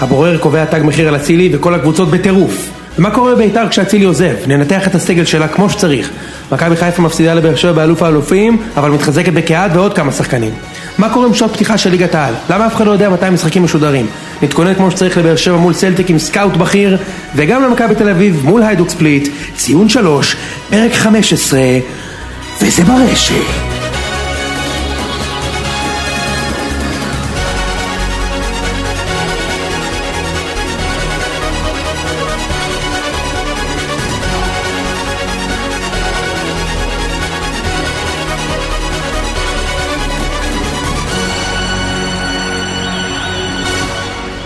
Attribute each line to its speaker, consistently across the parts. Speaker 1: הבורר קובע תג מחיר על אצילי וכל הקבוצות בטירוף. מה קורה בבית"ר כשאצילי עוזב? ננתח את הסגל שלה כמו שצריך. מכבי חיפה מפסידה לבאר שבע באלוף האלופים, אבל מתחזקת בקהת ועוד כמה שחקנים. מה קורה עם שעות פתיחה של ליגת העל? למה אף אחד לא יודע מתי המשחקים משודרים? נתכונן כמו שצריך לבאר שבע מול סלטיק עם סקאוט בכיר, וגם למכבי תל אביב מול היידוק ספליט, ציון 3, פרק 15, וזה ברשת.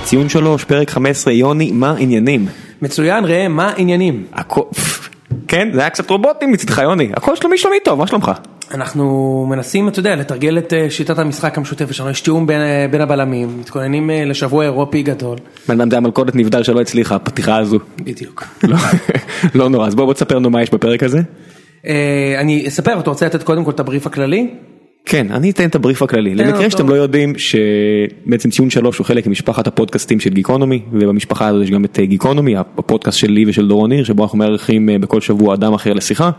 Speaker 2: ציון שלוש, פרק 15, יוני, מה עניינים?
Speaker 1: מצוין ראם, מה העניינים?
Speaker 2: הכל... כן, זה היה קצת רובוטי מצדך יוני, הכל שלומי שלומי טוב, מה שלומך?
Speaker 1: אנחנו מנסים, אתה יודע, לתרגל את אה, שיטת המשחק המשותפת שלנו, יש תיאום בין, אה, בין הבלמים, מתכוננים אה, לשבוע אירופי גדול.
Speaker 2: בן אדם, זה המלכודת נבדל שלא הצליחה, הפתיחה הזו.
Speaker 1: בדיוק.
Speaker 2: לא, לא נורא, אז בוא בוא תספר לנו מה יש בפרק הזה.
Speaker 1: אה, אני אספר, אתה רוצה לתת קודם כל את הבריף הכללי?
Speaker 2: כן, אני אתן את הבריף הכללי. למקרה
Speaker 1: אותו.
Speaker 2: שאתם לא יודעים שבעצם ציון שלוש הוא חלק ממשפחת הפודקאסטים של גיקונומי, ובמשפחה הזאת יש גם את אה, גיקונומי, הפודקאסט שלי ושל דורון ניר, שבו אנחנו מארחים אה, בכל שבוע אדם אחר לשיחה.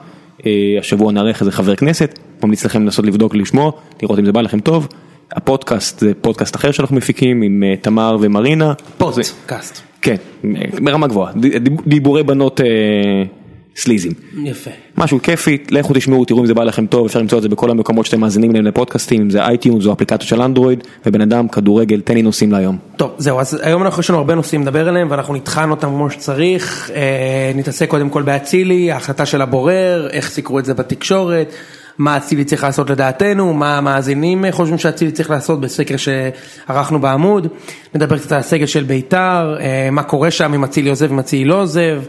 Speaker 2: אה, השבוע נארח איזה חבר כנסת, ממליץ לכם לנסות לבדוק, לשמוע, לראות אם זה בא לכם טוב. הפודקאסט זה פודקאסט אחר שאנחנו מפיקים עם אה, תמר ומרינה. זה-
Speaker 1: פודקאסט.
Speaker 2: כן, אה, ברמה גבוהה, ד- דיב- דיבורי בנות אה, סליזים.
Speaker 1: יפה.
Speaker 2: משהו כיפי, לכו תשמעו, תראו אם זה בא לכם טוב, אפשר למצוא את זה בכל המקומות שאתם מאזינים להם לפודקאסטים, אם זה אייטיונס או אפליקציות של אנדרואיד, ובן אדם, כדורגל, תן לי נושאים להיום.
Speaker 1: טוב, זהו, אז היום אנחנו יש לנו הרבה נושאים לדבר עליהם ואנחנו נטחן אותם כמו שצריך. אה, נתעסק קודם כל באצילי, ההחלטה של הבורר, איך סיקרו את זה בתקשורת, מה אצילי צריך לעשות לדעתנו, מה המאזינים אה, חושבים שאצילי צריך לעשות בסקר שערכנו בעמוד. נדבר קצת על הסגל של בית"ר, אה, מה קורה שם, אם אצילי עוזב, אם אצילי לא עוזב.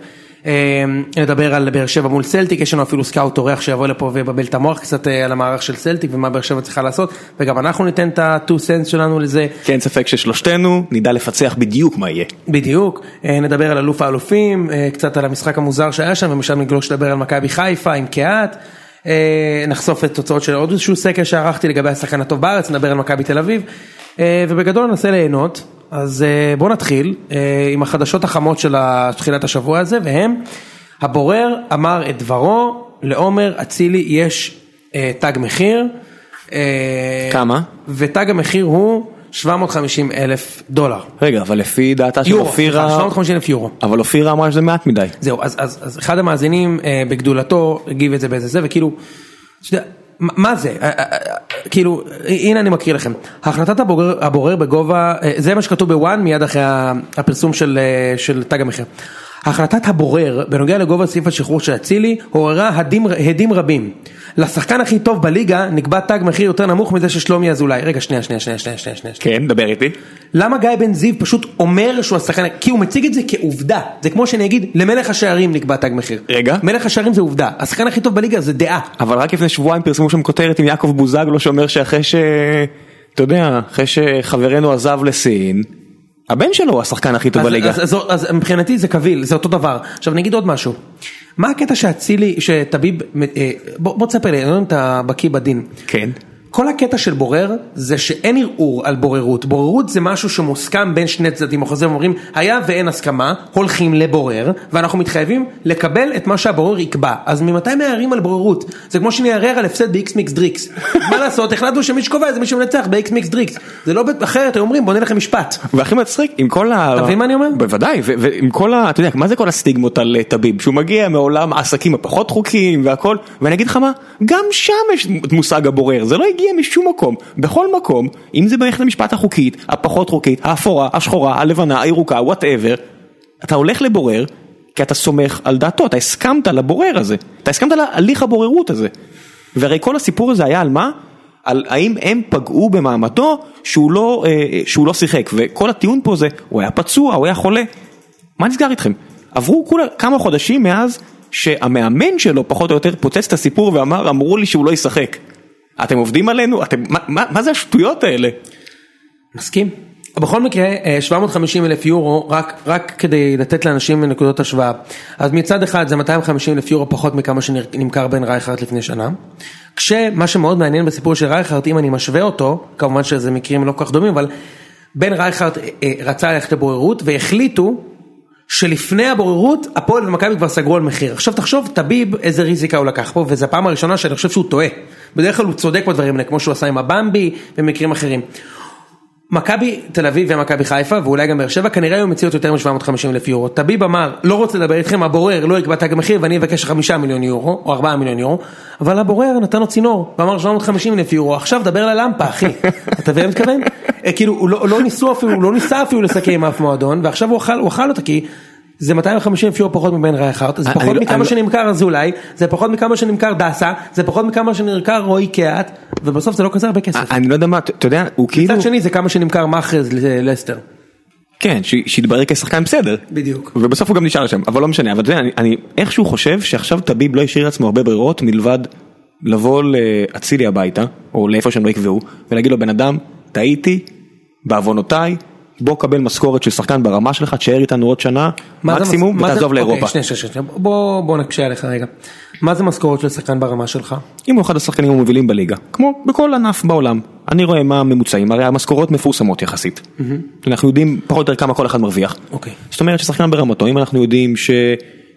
Speaker 1: אה, נדבר על באר שבע מול סלטיק, יש לנו אפילו סקאוט אורח שיבוא לפה ויבלבל את המוח קצת אה, על המערך של סלטיק ומה באר שבע צריכה לעשות, וגם אנחנו ניתן את ה-2 cents שלנו לזה.
Speaker 2: כי אין ספק ששלושתנו נדע לפצח בדיוק מה יהיה.
Speaker 1: בדיוק, אה, נדבר על אלוף האלופים, אה, קצת על המשחק המוזר שהיה שם ומשם נגלוש לדבר על מכבי חיפה עם קהת, אה, נחשוף את תוצאות של עוד איזשהו סקר שערכתי לגבי השחקן הטוב בארץ, נדבר על מכבי תל אביב, אה, ובגדול ננסה ליהנות, אז אה, בואו נתחיל אה, עם החדשות החמות של ה- תחילת השבוע הזה, והם, הבורר אמר את דברו, לעומר אצילי יש אה, תג מחיר. אה,
Speaker 2: כמה?
Speaker 1: ותג המחיר הוא 750 אלף דולר.
Speaker 2: רגע, אבל לפי דעתה של
Speaker 1: יורו, סליחה,
Speaker 2: אופירה,
Speaker 1: 750 אלף יורו.
Speaker 2: אבל אופירה אמרה שזה מעט מדי.
Speaker 1: זהו, אז, אז, אז אחד המאזינים אה, בגדולתו הגיב את זה באיזה זה, וכאילו, אתה יודע, מה- מה זה? אה, אה, אה, כאילו, הנה אני מקריא לכם. החלטת הבורר, הבורר בגובה, אה, זה מה שכתוב בוואן מיד אחרי ה- הפרסום של, אה, של תג המחיר. החלטת הבורר בנוגע לגובה סעיף השחרור של אצילי עוררה הדים, הדים רבים. לשחקן הכי טוב בליגה נקבע תג מחיר יותר נמוך מזה של שלומי אזולאי. רגע, שנייה, שנייה, שנייה, שנייה, שנייה, שנייה.
Speaker 2: כן, דבר איתי.
Speaker 1: למה גיא בן זיו פשוט אומר שהוא השחקן, כי הוא מציג את זה כעובדה, זה כמו שאני אגיד, למלך השערים נקבע תג מחיר.
Speaker 2: רגע.
Speaker 1: מלך השערים זה עובדה, השחקן הכי טוב בליגה זה דעה.
Speaker 2: אבל רק לפני שבועיים פרסמו שם כותרת עם יעקב בוזגלו שאומר שאחרי ש... אתה יודע, אחרי שחברנו עזב לסין, הבן שלו הוא השחקן הכי טוב
Speaker 1: אז-
Speaker 2: בליגה.
Speaker 1: אז, אז, אז, אז מבחינתי זה קביל, זה אותו דבר. עכשיו אני אגיד עוד משהו. מה הקטע שאצילי, שטביב, אה, בוא, בוא תספר לי, אני לא יודע אם אתה בקיא בדין.
Speaker 2: כן.
Speaker 1: כל הקטע של בורר זה שאין ערעור על בוררות, בוררות זה משהו שמוסכם בין שני צדדים, החוזרים אומרים היה ואין הסכמה, הולכים לבורר ואנחנו מתחייבים לקבל את מה שהבורר יקבע, אז ממתי מערערים על בוררות? זה כמו שנערער על הפסד ב-X מיקס דריקס, מה לעשות, החלטנו שמי שקובע זה מי שמנצח ב-X מיקס דריקס, זה לא ב- אחרת, היו אומרים בוא נלך למשפט,
Speaker 2: והכי מצחיק עם כל ה...
Speaker 1: אתה מבין מה אני אומר?
Speaker 2: בוודאי, ו- ועם כל ה... אתה יודע, מה זה כל הסטיגמות על אה, טביב? שהוא מגיע מעולם העסקים הפחות חוקיים והכל, ואני אגיד לך מה, גם שם יש את מושג הבורר, זה לא הגיע משום מקום, בכל מקום, אם זה במערכת המשפט החוקית, הפחות חוקית, האפורה, השחורה, הלבנה, הירוקה, וואטאבר, אתה הולך לבורר, כי אתה סומך על דעתו, אתה הסכמת לבורר הזה, אתה הסכמת להליך הבוררות הזה. והרי כל הסיפור הזה היה על מה? על האם הם פגעו במעמדו שהוא לא, אה, שהוא לא שיחק, וכל הטיעון פה זה, הוא היה פצוע, הוא היה חולה, מה נסגר איתכם? עברו כולה כמה חודשים מאז שהמאמן שלו פחות או יותר פוצץ את הסיפור ואמר, אמרו לי שהוא לא ישחק. אתם עובדים עלינו? אתם, מה, מה, מה זה השטויות האלה?
Speaker 1: מסכים? בכל מקרה, אה, 750 אלף יורו, רק, רק כדי לתת לאנשים נקודות השוואה. אז מצד אחד זה 250 אלף יורו פחות מכמה שנמכר בין רייכרד לפני שנה. כשמה שמאוד מעניין בסיפור של רייכרד, אם אני משווה אותו, כמובן שזה מקרים לא כל כך דומים, אבל בן רייכרד רצה ללכת לבוררות והחליטו שלפני הבוררות הפועל ומכבי כבר סגרו על מחיר. עכשיו תחשוב טביב איזה ריזיקה הוא לקח פה וזו הפעם הראשונה שאני חושב שהוא טועה. בדרך כלל הוא צודק בדברים האלה כמו שהוא עשה עם הבמבי ומקרים אחרים. מכבי תל אביב ומכבי חיפה ואולי גם באר שבע כנראה היו מציעות יותר מ-750 אלף יורו. טביב אמר לא רוצה לדבר איתכם הבורר לא יקבע תג מחיר ואני אבקש 5 מיליון יורו או 4 מיליון יורו אבל הבורר נתן לו צינור ואמר 750 אלף יורו עכשיו דבר ללמפה אחי. אתה מבין מה אני מתכוון? אה, כאילו הוא לא, לא ניסו אפילו הוא לא ניסה אפילו לסכם עם אף מועדון ועכשיו הוא אכל, הוא אכל אותה כי זה 250 אלף יורו פחות מבן רייכרט, זה
Speaker 2: אני
Speaker 1: פחות
Speaker 2: לא- אני
Speaker 1: מכמה
Speaker 2: לא-
Speaker 1: שנמכר אזולאי, זה פחות מכמה שנמכר דסה, זה פחות מכמה שנמכר רועי קהת, ובסוף זה לא כזה הרבה כסף.
Speaker 2: אני לא יודע מה, אתה אתה יודע, הוא כאילו,
Speaker 1: מצד שני זה כמה שנמכר מאחז ללסטר.
Speaker 2: כן, ש- שהתברר כשחקן בסדר.
Speaker 1: בדיוק.
Speaker 2: ובסוף הוא גם נשאר שם, אבל לא משנה, אבל אתה יודע, אני, אני איכשהו חושב שעכשיו טביב לא השאיר לעצמו הרבה ברירות מלבד לבוא לאצילי הביתה, או לאיפה שהם לא יקבעו, ולהגיד לו בן אדם, טעיתי, בעוונותיי, בוא קבל משכורת של שחקן ברמה שלך, תשאר איתנו עוד שנה,
Speaker 1: מה זה
Speaker 2: מקסימום,
Speaker 1: מס- מה זה-
Speaker 2: ותעזוב לאירופה.
Speaker 1: אוקיי, שנייה, שנייה, שנייה, בוא בוא נקשה עליך רגע. מה זה משכורת של שחקן ברמה שלך?
Speaker 2: אם הוא אחד השחקנים המובילים בליגה, כמו בכל ענף בעולם, אני רואה מה הממוצעים, הרי המשכורות מפורסמות יחסית. אנחנו יודעים פחות או יותר כמה כל אחד מרוויח.
Speaker 1: אוקיי.
Speaker 2: זאת אומרת ששחקן ברמתו, אם אנחנו יודעים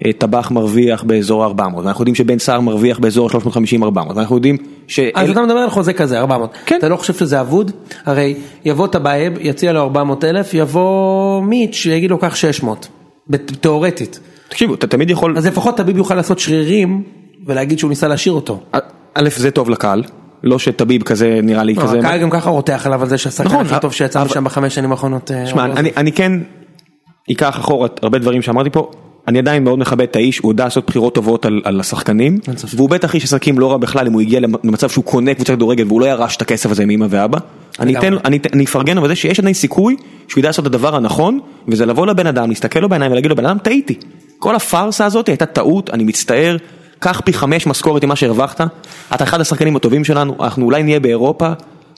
Speaker 2: שטבח מרוויח באזור ה-400, ואנחנו יודעים שבן סער מרוויח באזור ה-350-400, ואנחנו יודעים ש...
Speaker 1: אז אתה מדבר על חוזה כזה 400.
Speaker 2: כן.
Speaker 1: אתה לא חושב שזה אבוד? הרי יבוא טבייב, יציע לו 400 אלף, יבוא מיץ' יגיד לו קח 600. בת- תאורטית.
Speaker 2: תקשיבו, אתה תמיד יכול...
Speaker 1: אז לפחות טביב יוכל לעשות שרירים ולהגיד שהוא ניסה להשאיר אותו.
Speaker 2: א- א', זה טוב לקהל, לא שטביב כזה נראה לי כזה...
Speaker 1: לא, הקהל גם ככה רותח עליו על זה שהשחקן
Speaker 2: נכון,
Speaker 1: הכי טוב שיצא
Speaker 2: אבל-
Speaker 1: משם בחמש שנים האחרונות. אה,
Speaker 2: תשמע,
Speaker 1: הוא לא
Speaker 2: אני, אני כן אקח אחורה הרבה דברים שאמרתי פה, אני עדיין מאוד מכבד את האיש, הוא יודע לעשות בחירות טובות על, על השחקנים,
Speaker 1: אין ספק.
Speaker 2: והוא בטח איש עסקים לא רע בכלל אם הוא הגיע למ- למצב שהוא קונה קבוצת כדורגל והוא לא ירש את הכסף הזה מאמא ואבא. אני
Speaker 1: לגמרי.
Speaker 2: אתן, אני, אתן- אני אפרגן לו בזה שיש עדיין סיכוי שהוא ידע לעשות את הדבר הנכון, וזה לבוא לבן אדם, להסתכל לו בעיניים ולהגיד לו בן אדם טעיתי. כל הפארסה הזאת הייתה טעות, אני מצטער. קח פי חמש משכורת ממה שהרווחת, אתה אחד השחקנים הטובים שלנו, אנחנו אולי נהיה באירופה,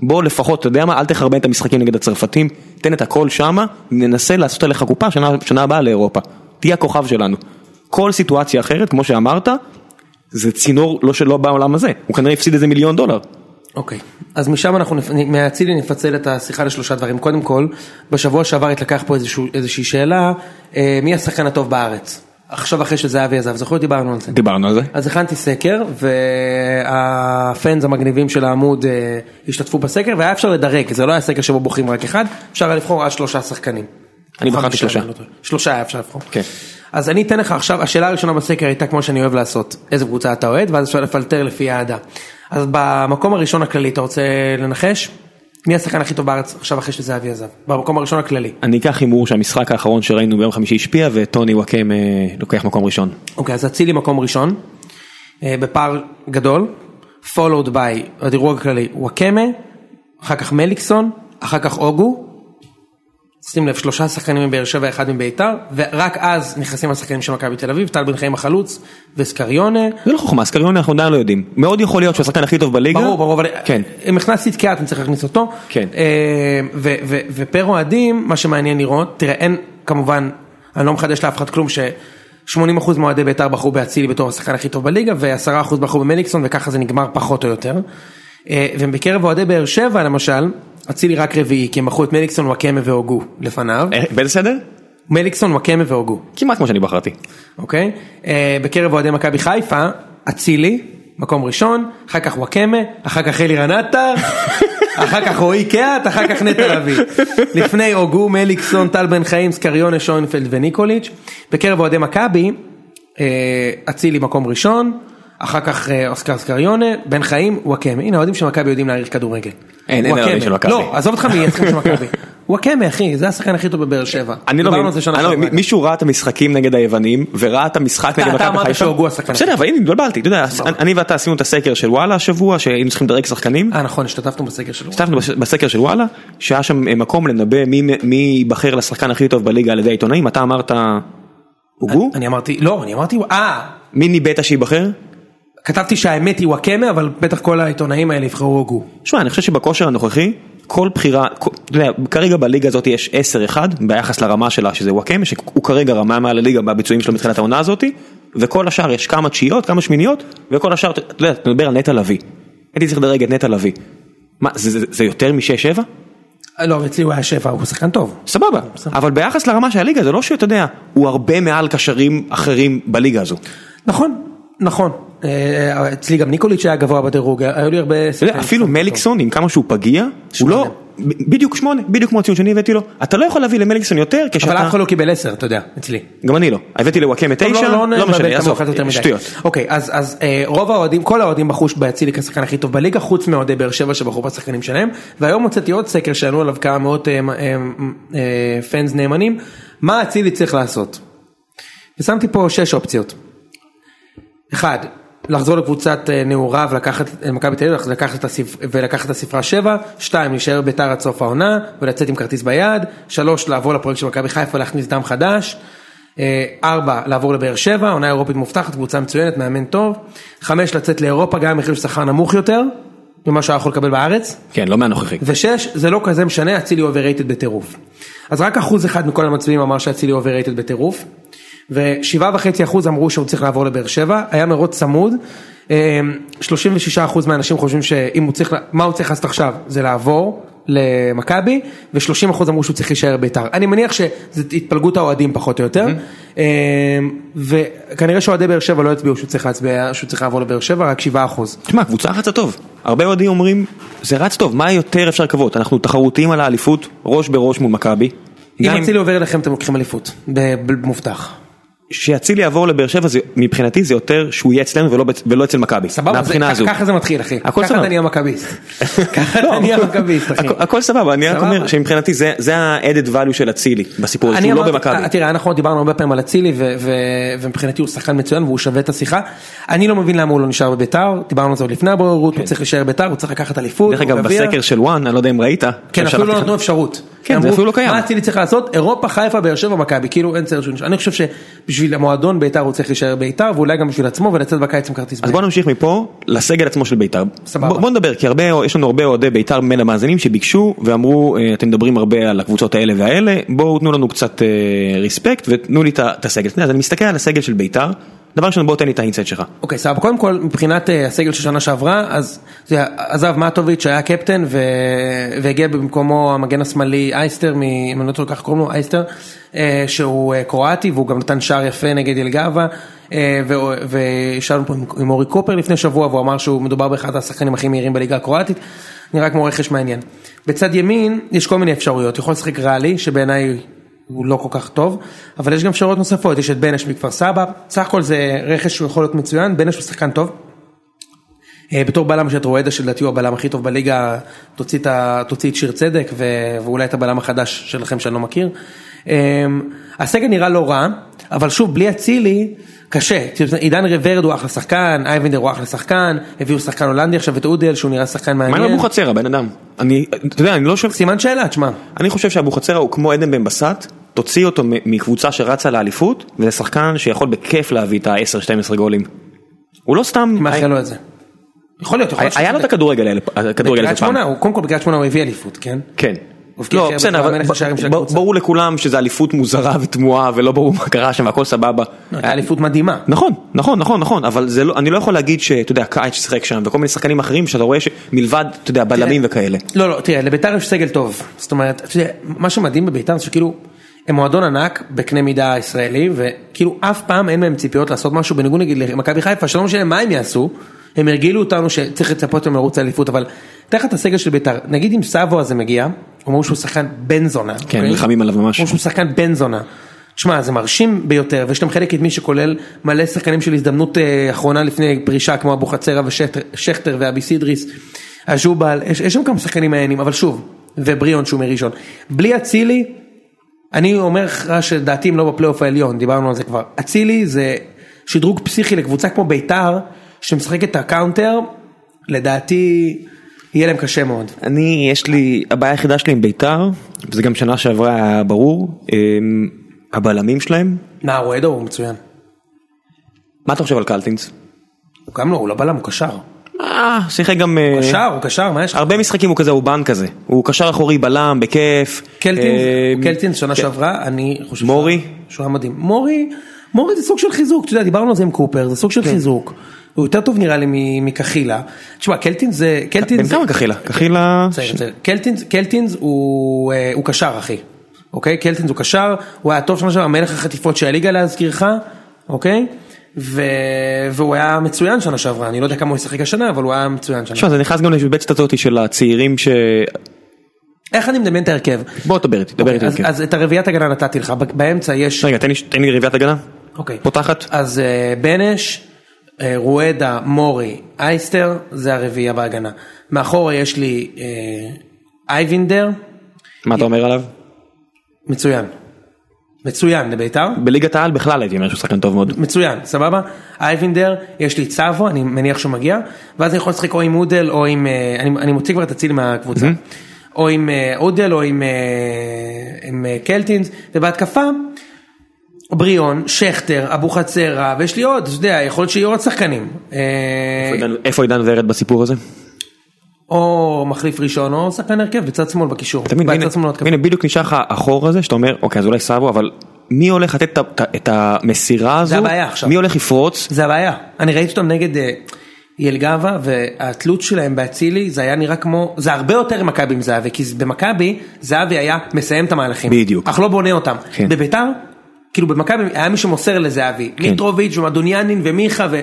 Speaker 2: בוא לפחות, אתה יודע מה, אל תחרבן את המשחקים נגד הצרפתים, תן את הכל שמה, ננסה לעשות עליך קופה שנה, שנה הבאה לאירופה. תהיה הכוכב שלנו. כל סיטואציה אחרת, כמו שאמרת, זה צינור לא שלא בעולם הזה, הוא כנראה הפסיד איזה מיליון דולר.
Speaker 1: אוקיי, אז משם אנחנו, נפ- נ- מאצילי נפצל את השיחה לשלושה דברים. קודם כל, בשבוע שעבר התלקח פה איזשהו, איזושהי שאלה, אה, מי השחקן הטוב בארץ? עכשיו אחרי שזהבי עזב, זוכר? דיברנו על זה.
Speaker 2: דיברנו על זה.
Speaker 1: אז הכנתי סקר, והפאנס המגניבים של העמוד אה, השתתפו בסקר, והיה אפשר לדרג, זה לא היה סקר שבו בוחרים רק אחד, אפשר היה לבחור עד שלושה שחקנים.
Speaker 2: אני בחרתי
Speaker 1: חמישה,
Speaker 2: שלושה.
Speaker 1: אם אני לא טועה. שלושה היה אפשר לבחור.
Speaker 2: כן.
Speaker 1: אז אני אתן לך עכשיו, השאלה הראשונה בסקר הייתה כמו שאני אוהב לעשות, איזה קבוצה אתה אוהד, ואז אפשר לפלטר לפי אהדה. אז במקום הראשון הכללי, אתה רוצה לנחש? מי השחקן הכי טוב בארץ עכשיו אחרי שזהבי עזב? במקום הראשון הכללי.
Speaker 2: אני אקח הימור שהמשחק האחרון שראינו ביום חמישי השפיע וטוני וואקם אה, לוקח מקום ראשון.
Speaker 1: אוקיי, אז אצילי מקום ראשון, אה, בפער גדול, followed by, הדירוג הכללי, וואקמה, אחר כך מליקסון, אחר כך אוגו, שים לב, שלושה שחקנים מבאר שבע, אחד מביתר, ורק אז נכנסים השחקנים של מכבי תל אביב, טל בן חיים החלוץ, וסקריונה,
Speaker 2: זה לא חוכמה, סקריונה אנחנו עדיין לא יודעים. מאוד יכול להיות שהוא השחקן הכי טוב בליגה.
Speaker 1: ברור, ברור, אבל
Speaker 2: כן.
Speaker 1: אם הכנסתי את קיאט, אני צריך להכניס אותו.
Speaker 2: כן.
Speaker 1: אה, ו- ו- ופר אוהדים, מה שמעניין לראות, תראה, אין, כמובן, אני לא מחדש לאף אחד כלום, ש-80% מאוהדי בית"ר בחרו באצילי בתור השחקן הכי טוב בליגה, ו-10% בחרו במליקסון, וככה זה נגמר פחות או יותר. אה, ובקרב אוהדי באר שבע, למשל, אצילי רק רביעי, כי הם בחרו את מליקסון, וואקמה והוגו לפניו.
Speaker 2: אה, באיזה סדר?
Speaker 1: מליקסון, וואקמה והוגו.
Speaker 2: כמעט כמו שאני בחרתי.
Speaker 1: אוקיי? אה, בקרב אוהדי מכבי חיפה, אצילי, מקום ראשון, אחר כך וואקמה, אחר כך אלירן עטר, אחר כך רועי קהת, אחר כך נטע לביא. לפני הוגו, מליקסון, טל בן חיים, סקריונה, שוינפלד וניקוליץ'. בקרב אוהדי מכבי, אה, אצילי מקום ראשון, אחר כך אה, אוסקר סקריונה, בן חיים, וואקמה. הנה האוהדים של מכבי יודעים להעריך כדורגל.
Speaker 2: אין, אין אוהדים
Speaker 1: וואקמה.
Speaker 2: של מכבי.
Speaker 1: לא, עזוב אותך מי, אצלכם של מכבי. וואקמה אחי, זה השחקן הכי טוב בבאר שבע.
Speaker 2: אני לא
Speaker 1: דיברנו
Speaker 2: מבין,
Speaker 1: על זה שנה
Speaker 2: אני לא מבין,
Speaker 1: שעברה.
Speaker 2: מישהו ראה את המשחקים נגד היוונים וראה את המשחק
Speaker 1: אתה-
Speaker 2: נגד מכבי
Speaker 1: אתה
Speaker 2: חיפה.
Speaker 1: אמרת שהוגו השחקן.
Speaker 2: בסדר, אבל הנה התבלבלתי, אתה יודע,
Speaker 1: סבבה.
Speaker 2: אני ואתה עשינו את הסקר של וואלה השבוע שהיינו צריכים לדרג שחקנים.
Speaker 1: אה נכון, השתתפנו בסקר שלו.
Speaker 2: השתתפנו בס- בסקר של וואלה שהיה שם אה, מקום לנבא מי- מי ייבחר לשחקן הכי טוב בליגה על ידי העיתונאים אתה אמרת הוגו?
Speaker 1: אני אמרתי, לא, אני אמרתי, אה,
Speaker 2: מי ניבאת שייבחר?
Speaker 1: כתבתי שהאמת היא וואקמה, אבל בטח כל העיתונאים האלה יבחרו הוגו.
Speaker 2: שמע אני חושב שבכושר הנוכחי כל בחירה כל- אתה יודע, כרגע בליגה הזאת יש 10-1 ביחס לרמה שלה שזה וואקמה שהוא כרגע רמה מעל הליגה מהביצועים שלו מתחילת העונה הזאתי וכל השאר יש כמה תשיעיות כמה שמיניות וכל השאר אתה אתה יודע אתה מדבר על נטע לביא. הייתי צריך לדרג את נטע לביא. מה זה- זה זה יותר מ-6-7?
Speaker 1: לא, אצלי הוא היה שבע, הוא שחקן טוב.
Speaker 2: סבבה, אבל ביחס לרמה של הליגה זה לא שאתה יודע, הוא הרבה מעל קשרים אחרים בליגה הזו.
Speaker 1: נכון, נכון. אה, אצלי גם ניקוליץ' היה גבוה בדירוג, היו לי הרבה...
Speaker 2: אתה יודע, אפילו מליקסון עם כמה שהוא פגיע, הוא
Speaker 1: כן, שמונה.
Speaker 2: לא, ב- בדיוק שמונה, בדיוק כמו הציון שאני הבאתי לו, אתה לא יכול להביא למליקסון יותר
Speaker 1: אבל אף
Speaker 2: כשאתה,
Speaker 1: אחד לא קיבל עשר, אתה יודע, אצלי.
Speaker 2: גם אני לא, הבאתי לוואקמה
Speaker 1: טוב,
Speaker 2: תשע, לא
Speaker 1: נבלבל את
Speaker 2: משנה,
Speaker 1: המוח יותר
Speaker 2: עזוב,
Speaker 1: מדי.
Speaker 2: שטויות.
Speaker 1: אוקיי, אז אז, אה, רוב האוהדים, כל האוהדים בחוש באצילי כשחקן הכי טוב בליגה, חוץ מאוהדי באר שבע שבחרו בשחקנים שלהם, והיום הוצאתי עוד סקר שענו עליו כמה מאות אה, אה, אה, פאנס נאמנים, מה אצילי צריך לעשות. ושמתי פה שש אופציות. אחד, לחזור לקבוצת אה, נעוריו, לקחת אה, מכבי תל אביב לקחת את הספ- ולקחת את הספרה 7, 2, להישאר ביתר עד סוף העונה ולצאת עם כרטיס ביד, 3, לעבור לפרויקט של מכבי חיפה להכניס דם חדש, 4, לעבור לבאר שבע, עונה אירופית מובטחת, קבוצה מצוינת, מאמן טוב, 5, לצאת לאירופה גם במחיר של שכר נמוך יותר ממה שהיה יכול לקבל בארץ,
Speaker 2: כן, לא מהנוכחי.
Speaker 1: ושש, זה לא כזה משנה, אצילי אובררייטד בטירוף. אז רק אחוז אחד מכל המצביעים אמר שאצילי אובררייטד בטירוף, ושבעה וחצי אחוז אמרו שהוא צריך לעבור לבאר שבע, היה מרוץ צמוד, אמ, 36 אחוז מהאנשים חושבים שאם הוא צריך, לה- מה הוא צריך לעשות עכשיו, זה לעבור למכבי, ו-30% אמרו שהוא צריך להישאר בית"ר. אני מניח שזו התפלגות האוהדים פחות או יותר, אמ, וכנראה שאוהדי באר שבע לא יצביעו שהוא צריך להצביע, שהוא צריך לעבור לבאר שבע, רק 7%.
Speaker 2: תשמע, קבוצה רצה טוב. הרבה אוהדים אומרים, זה רץ טוב, מה יותר אפשר לקוות? אנחנו תחרותיים על האליפות, ראש בראש מול מכבי. גם
Speaker 1: אם אצילי עובר אליכם אתם לוקחים אליפות, ב- ב- מובטח.
Speaker 2: שאצילי יעבור לבאר שבע, זה- מבחינתי זה יותר שהוא יהיה אצלנו ולא בצ- ולא אצל מכבי.
Speaker 1: סבבה, זה-
Speaker 2: מהבחינה הזו.
Speaker 1: ככה זה מתחיל אחי,
Speaker 2: הכל
Speaker 1: ככה
Speaker 2: סבבה.
Speaker 1: אתה נהיה מכביסט, ככה אתה נהיה מכביסט אחי.
Speaker 2: הכ- הכל סבבה, אני רק
Speaker 1: סבבה.
Speaker 2: אומר שמבחינתי זה זה ה-added value של אצילי בסיפור הזה,
Speaker 1: אני
Speaker 2: שהוא לא
Speaker 1: אמרתי-
Speaker 2: במכבי.
Speaker 1: אה, תראה, אנחנו דיברנו הרבה פעמים על אצילי, ו- ו- ומבחינתי הוא שחקן מצוין והוא שווה את השיחה. אני לא מבין למה הוא לא נשאר בביתר, דיברנו על זה עוד לפני הבוררות, הוא צריך להישאר בביתר, הוא צריך לקחת אליפות,
Speaker 2: כן. דרך אגב,
Speaker 1: הוא גביע.
Speaker 2: בסקר של וואן, אני לא יודע אם ראית.
Speaker 1: כן, אפילו
Speaker 2: ששלחתי
Speaker 1: לא
Speaker 2: לך.
Speaker 1: נתנו אפשרות.
Speaker 2: כן, זה
Speaker 1: אמרו,
Speaker 2: אפילו לא קיים.
Speaker 1: מה אצילי צריך לעשות? אירופה, חיפה, באר שבע, מכבי, כאילו אין צער שהוא נשאר. אני חושב שבשביל המועדון ביתר הוא צריך להישאר ביתר, ואולי גם בשביל עצמו, ולצאת בקיץ עם כרטיס.
Speaker 2: אז
Speaker 1: ביד.
Speaker 2: בוא נמשיך מפה לסגל עצמו של בית"ר.
Speaker 1: סבבה.
Speaker 2: בוא, בוא נדבר, כי הרבה, יש לנו הרבה אוהדי בית"ר בין המאזינים שביקשו ואמרו, "אה, אתם מדברים הרבה על הקבוצות האלה והאלה, בואו תנו לנו קצת אה, ריספקט ותנו לי את ה- את הסגל. אז אני מסתכל על הסגל של בית"ר, דבר ראשון בוא תן לי את האינסייט שלך.
Speaker 1: אוקיי, סבבה. קודם כל, מבחינת אה, הסגל של שנה שעברה, אז זה היה- עזב מטוביץ' שהיה קפטן, ו... והגיע במקומו המגן השמאלי אייסטר, מ- אם אני לא טועה כך קוראים לו אייסטר, אה, שהוא אה, קרואטי, והוא גם נתן שער יפה נגד ילגאווה, אה, ו... וישבנו פה עם- עם אורי קופר לפני שבוע, והוא אמר שהוא מדובר באחד השחקנים הכי מהירים בליגה הקרואטית, נראה כמו רכש מעניין. בצד ימין, יש כל מיני אפשרויות, יכול לשחק ריאלי, שבעיניי הוא לא כל כך טוב, אבל יש גם אפשרויות נוספות, יש את בנש מכפר סבא, סך הכל זה רכש שהוא יכול להיות מצוין, בנש הוא שחקן טוב. אה, בתור בלם יש את רואדה שלדעתי הוא הבלם הכי טוב בליגה, תוציא את, ה- תוציא את שיר צדק ו- ואולי את הבלם החדש שלכם שאני לא מכיר. אה, הסגל נראה לא רע, אבל שוב בלי אצילי קשה, תראה, עידן רוורד הוא אחלה שחקן, אייבנדר הוא אחלה שחקן, הביאו שחקן הולנדי עכשיו את אודל שהוא נראה שחקן
Speaker 2: מה עם
Speaker 1: מעניין,
Speaker 2: אבוחצירא בן אדם? אני, אתה יודע, אני לא שואל,
Speaker 1: סימן שאלה, תשמע,
Speaker 2: אני חושב שאבוחצירא הוא כמו עדן בן בסט, תוציא אותו מ- מקבוצה שרצה לאליפות, וזה שחקן שיכול בכיף להביא את ה-10-12 גולים. הוא לא סתם,
Speaker 1: מאחל לו את זה. יכול להיות, יכול להיות
Speaker 2: היה לו את
Speaker 1: שזה-
Speaker 2: הכדורגל האלה- הכדורגל הזה
Speaker 1: בקריית
Speaker 2: פעם.
Speaker 1: שמונה, הוא קודם כל בקריית שמונה הוא הביא אליפות, כן?
Speaker 2: כן.
Speaker 1: הוא הבקיע
Speaker 2: לא,
Speaker 1: הכי הרבה
Speaker 2: בסדר,
Speaker 1: פעמים
Speaker 2: אבל
Speaker 1: מלך השערים של
Speaker 2: ב-
Speaker 1: הקבוצה.
Speaker 2: ברור לכולם שזו אליפות מוזרה ותמוהה ולא ברור מה קרה שם והכל סבבה. אה,
Speaker 1: הייתה אליפות מדהימה.
Speaker 2: נכון, נכון, נכון, נכון, אבל זה לא, אני לא יכול להגיד שאתה יודע, קיץ ששיחק שם וכל מיני שחקנים אחרים שאתה רואה שמלבד, אתה יודע, בלמים וכאלה. כן,
Speaker 1: לא, לא, תראה, לביתר יש סגל טוב. זאת אומרת, אתה יודע, מה שמדהים בביתר זה שכאילו, הם מועדון ענק בקנה מידה ישראלי, וכאילו אף פעם אין מהם ציפיות לעשות משהו, בניגוד נגיד למכבי חיפה, שלא משנה מה הם יעשו, הם הרגילו אותנו שצריך לצפות מהם לרוץ לאליפות, אבל תחת הסגל של ביתר, נגיד אם סאבו הזה מגיע, אומרים שהוא שחקן בן זונה.
Speaker 2: כן,
Speaker 1: אוקיי?
Speaker 2: נלחמים עליו ממש.
Speaker 1: אומרים שהוא שחקן בן זונה. שמע, זה מרשים ביותר, ויש להם חלק קדמי שכולל מלא שחקנים של הזדמנות אה, אחרונה לפני פרישה, כמו אבוחצירא ושכטר ואבי סידריס, אג'ובל, יש, יש שם כמה שחקנים מעניינים, אבל שוב, ובריאון שהוא מראשון. בלי אצילי, אני אומר לך שדעתי הם לא בפלייאוף העליון, דיברנו על זה כבר. אצילי זה שדרוג פסיכי לקבוצה כמו ביתר, שמשחקת את הקאונטר, לדעתי יהיה להם קשה מאוד.
Speaker 2: אני, יש לי, הבעיה היחידה שלי עם בית"ר, וזה גם שנה שעברה היה ברור, אמ, הבלמים שלהם,
Speaker 1: נער אוהדו הוא מצוין.
Speaker 2: מה אתה חושב על קלטינס?
Speaker 1: הוא גם לא, הוא לא בלם, הוא קשר.
Speaker 2: אה, שיחק גם... אה,
Speaker 1: קשר, הוא קשר, מה יש לך?
Speaker 2: הרבה משחקים הוא כזה, הוא בן כזה, הוא קשר אחורי, בלם, בכיף.
Speaker 1: קלטינס,
Speaker 2: אמ,
Speaker 1: קלטינס שנה שעברה, אני חושב
Speaker 2: מורי? כן.
Speaker 1: שהוא היה מדהים. מורי, מורי זה סוג של חיזוק, אתה יודע, דיברנו על זה עם קופר, זה סוג של חיזוק. הוא יותר טוב נראה לי מ- מקחילה. תשמע, קלטינס זה...
Speaker 2: בן
Speaker 1: קלטינס זה...
Speaker 2: כמה קחילה? קחילה...
Speaker 1: צעיר, צעיר. קלטינס, קלטינס הוא, אה, הוא קשר אחי, אוקיי? קלטינס הוא קשר, הוא היה טוב שנה שעברה, מלך החטיפות של הליגה להזכירך, אוקיי? ו... והוא היה מצוין שנה שעברה, אני לא יודע כמה הוא ישחק השנה, אבל הוא היה מצוין שנה.
Speaker 2: תשמע, זה נכנס גם לשבצת הזאת של הצעירים ש...
Speaker 1: איך אני מדמיין את ההרכב?
Speaker 2: בוא תדבר איתי, דבר איתי.
Speaker 1: אוקיי, אז, אז
Speaker 2: כן.
Speaker 1: את הרביעיית הגנה נתתי לך, ב- באמצע יש...
Speaker 2: רגע, תן לי- תן לי רביעיית הגנה.
Speaker 1: אוקיי.
Speaker 2: פותחת.
Speaker 1: אז אה, בנש, אה, רואדה, מורי, אייסטר, זה הרביעייה בהגנה. מאחורה יש לי אה, אייבינדר,
Speaker 2: מה אתה אומר עליו?
Speaker 1: מצוין. מצוין לביתר.
Speaker 2: בליגת העל בכלל הייתי אומר שהוא שחקן טוב מאוד.
Speaker 1: מצוין, סבבה? אייבינדר, יש לי צבו, אני מניח שהוא מגיע, ואז אני יכול לשחק או עם אודל או עם... אה, אני, אני מוציא כבר את אצילי מהקבוצה. או עם אה, אודל או עם, אה, עם אה, קלטינס, ובהתקפה, בריאון, שכטר, אבוחצירא, ויש לי עוד, אתה יודע, יכול להיות שיהיו עוד שחקנים. אה,
Speaker 2: איפה עידן ורד בסיפור הזה?
Speaker 1: או מחליף ראשון, או שחקן הרכב בצד שמאל בקישור.
Speaker 2: אתה מבין,
Speaker 1: בצד
Speaker 2: הנה,
Speaker 1: שמאל לא להתקפה.
Speaker 2: הנה בדיוק נשאר לך החור הזה שאתה אומר אוקיי אז אולי סבו אבל מי הולך לתת את ה- את ה- את המסירה הזו?
Speaker 1: הבעיה עכשיו.
Speaker 2: מי הולך לפרוץ?
Speaker 1: זה הבעיה. אני ראיתי אותם נגד אה, ילגבה, והתלות שלהם באצילי, זה היה נראה כמו, זה הרבה יותר ממכבי עם זהבי, כי במכבי זהבי היה מסיים את המהלכים.
Speaker 2: בדיוק.
Speaker 1: אך לא בונה אותם.
Speaker 2: כן.
Speaker 1: בביתר, כאילו במכבי היה מי שמוסר לזהבי,
Speaker 2: כן.
Speaker 1: מיטרוביץ' ומדוניאנין ומיכה, ו-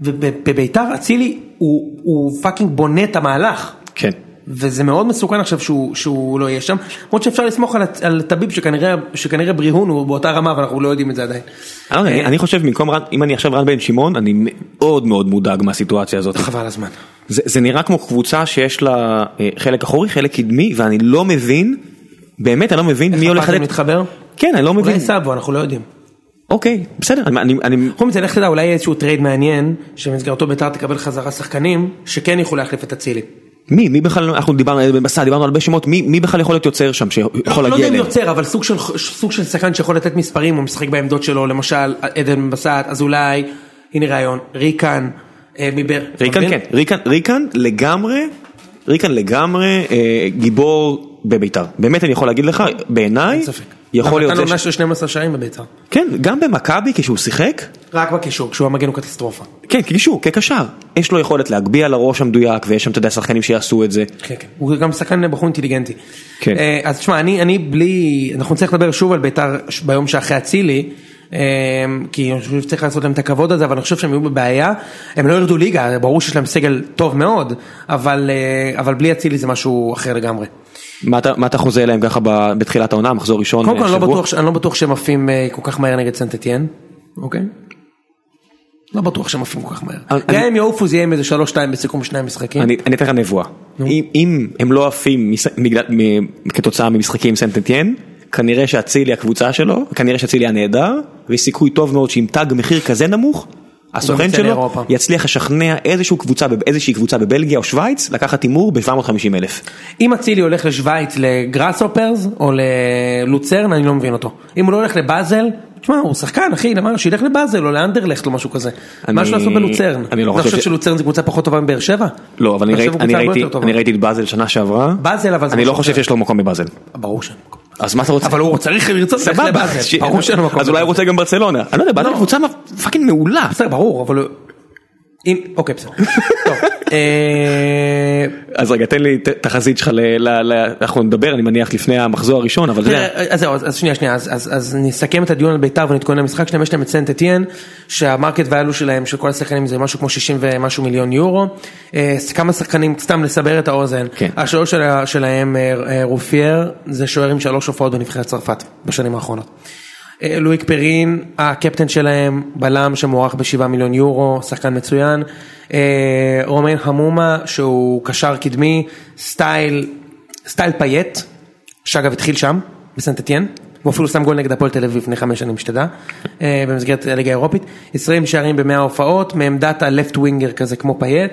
Speaker 1: ובביתר אצילי הוא- הוא פאקינג בונה את המהלך.
Speaker 2: כן.
Speaker 1: וזה מאוד מסוכן עכשיו שהוא, שהוא לא יהיה שם, למרות שאפשר לסמוך על, הת- על טביב שכנראה, שכנראה בריהון הוא באותה רמה ואנחנו לא יודעים את זה עדיין.
Speaker 2: אני
Speaker 1: אה-
Speaker 2: לא יודע, אני- אני חושב במקום רן אם אני עכשיו רן בן שמעון אני מאוד מאוד מודאג מהסיטואציה הזאת.
Speaker 1: חבל על הזמן.
Speaker 2: זה, זה נראה כמו קבוצה שיש לה אה, חלק אחורי חלק קדמי ואני לא מבין באמת אני לא מבין מי הולך
Speaker 1: הפאזל
Speaker 2: לתת.
Speaker 1: מתחבר?
Speaker 2: כן אני לא מבין.
Speaker 1: אולי סאבו, אנחנו לא יודעים.
Speaker 2: אוקיי בסדר אני, אני, אני
Speaker 1: בכל מקרה, לך תדע, אולי יהיה איזשהו טרייד מעניין, שבמסגרתו ביתר תקבל חזרה שחקנים, שכן יוכלו להחליף את אצילי.
Speaker 2: מי מי בכלל אנחנו דיברנו על בן בסט דיברנו על הרבה שמות מי מי בכלל יכול להיות יוצר שם שיכול
Speaker 1: לא
Speaker 2: להגיע
Speaker 1: יודע אם
Speaker 2: אליהם.
Speaker 1: יוצר, אבל סוג של, סוג של שחקן שיכול לתת מספרים, הוא משחק בעמדות שלו, למשל, עדן בסט, אזולאי, הנה רעיון, ריקן, אה, מיבר. אתה
Speaker 2: ריקן
Speaker 1: מבין?
Speaker 2: כן, ריקן, ריקן לגמרי, ריקן לגמרי אה, גיבור בביתר. באמת אני יכול להגיד לך, בעיניי,
Speaker 1: אין ספק.
Speaker 2: יכול להיות
Speaker 1: נתן
Speaker 2: זה
Speaker 1: עונה
Speaker 2: ש...
Speaker 1: של 12 שערים בביתר.
Speaker 2: כן, גם במכבי כשהוא שיחק,
Speaker 1: רק בקישור, כשהוא המגן הוא קטסטרופה.
Speaker 2: כן, כקישור, כקשר. יש לו יכולת להגביה לראש המדויק, ויש שם, אתה יודע, שחקנים שיעשו את זה.
Speaker 1: כן, כן. הוא גם שחקן בחור אינטליגנטי.
Speaker 2: כן.
Speaker 1: אה, אז תשמע, אני, אני בלי, אנחנו נצטרך לדבר שוב על בית"ר ש- ביום שאחרי אצילי, אה, כי אני חושב שצריך לעשות להם את הכבוד הזה, אבל אני חושב שהם יהיו בבעיה. הם לא ירדו ליגה, ברור שיש להם סגל טוב מאוד, אבל, אה, אבל בלי אצילי זה משהו אחר לגמרי.
Speaker 2: מה אתה, מה אתה חוזה להם ככה ב- בתחילת העונה, מחזור ראשון?
Speaker 1: קודם כל, אני לא,
Speaker 2: שבוע?
Speaker 1: בטוח, ש- אני לא בטוח שהם עפים אה, כל כך מהר נגד סנטטיאן, אוקיי? לא בטוח שהם עפים כל כך מהר.
Speaker 2: אני-
Speaker 1: גם אם יעופו זה יהיה עם איזה 3-2 בסיכום שני המשחקים.
Speaker 2: אני, אני אתן לך נבואה. אם, אם הם לא עפים מס- מגלל- מ- כתוצאה ממשחקים עם סנטנטיאן, כנראה שאצילי הקבוצה שלו, כנראה שאצילי היה נהדר, ויש סיכוי טוב מאוד שעם תג מחיר כזה נמוך, הסוכן
Speaker 1: יצא
Speaker 2: שלו
Speaker 1: לאירופה.
Speaker 2: יצליח לשכנע איזשהו קבוצה, איזושהי קבוצה בבלגיה או שווייץ, לקחת הימור ב-750 אלף.
Speaker 1: אם אצילי הולך לשוויץ לגראסהופרס או ללוצרן אני לא מבין אותו. אם הוא לא הולך לבאזל, תשמע הוא שחקן אחי, למה שילך לבאזל או לאנדרלכט או משהו כזה.
Speaker 2: אני-
Speaker 1: משהו לעשות בלוצרן.
Speaker 2: אני לא
Speaker 1: אתה
Speaker 2: חושב
Speaker 1: חושב
Speaker 2: ש-
Speaker 1: שלוצרן זו קבוצה פחות טובה מבאר שבע?
Speaker 2: לא, אבל אני,
Speaker 1: באר שבע
Speaker 2: ראיתי,
Speaker 1: קבוצה
Speaker 2: אני,
Speaker 1: הרבה
Speaker 2: ראיתי,
Speaker 1: יותר טובה.
Speaker 2: אני ראיתי את באזל שנה שעברה,
Speaker 1: באזל אבל זה
Speaker 2: אני לא
Speaker 1: משהו
Speaker 2: חושב
Speaker 1: אחר.
Speaker 2: שיש לו מקום בבאזל.
Speaker 1: ברור שאין מקום.
Speaker 2: אז מה אתה רוצה?
Speaker 1: אבל הוא צריך לרצות ללכת
Speaker 2: סבבה,
Speaker 1: לבאזל.
Speaker 2: ש-
Speaker 1: ברור שאין לו מקום.
Speaker 2: אז אולי הוא רוצה גם ברצלונה. אני לא יודע, באזל
Speaker 1: לא.
Speaker 2: קבוצה פאקינג מעולה.
Speaker 1: בסדר ברור אבל הוא... אם- אוקיי בסדר. טוב. אה,
Speaker 2: אז רגע תן לי ת- תחזית שלך ל... ל- ל- אנחנו נדבר אני מניח לפני המחזור הראשון אבל אתה יודע,
Speaker 1: תראה, אז זהו, אז אז שנייה, שנייה, אז- אז אז נסכם את הדיון על בית"ר ונתכונן למשחק שלהם, יש להם את סנט אתיין, שהמרקט ואלו שלהם, של כל השחקנים זה משהו כמו 60 ומשהו מיליון יורו, אה, כמה שחקנים, סתם לסבר את האוזן,
Speaker 2: כן.
Speaker 1: השוער שלה- שלהם, אה, אה, רופייר, זה שוער עם שלוש הופעות בנבחרת צרפת בשנים האחרונות. אה, לואיק פרין, הקפטן שלהם, בלם שמוערך ב-7 מיליון יורו, שחקן מצוין. אה, רומיין חמומה, שהוא קשר קדמי, סטייל, סטייל פייט, שאגב התחיל שם, בסנטטיאן, הוא אפילו שם גול נגד הפועל תל אביב לפני חמש שנים, שתדע, אה, במסגרת הליגה האירופית. 20 שערים במאה הופעות, מעמדת הלפט ווינגר כזה כמו פייט.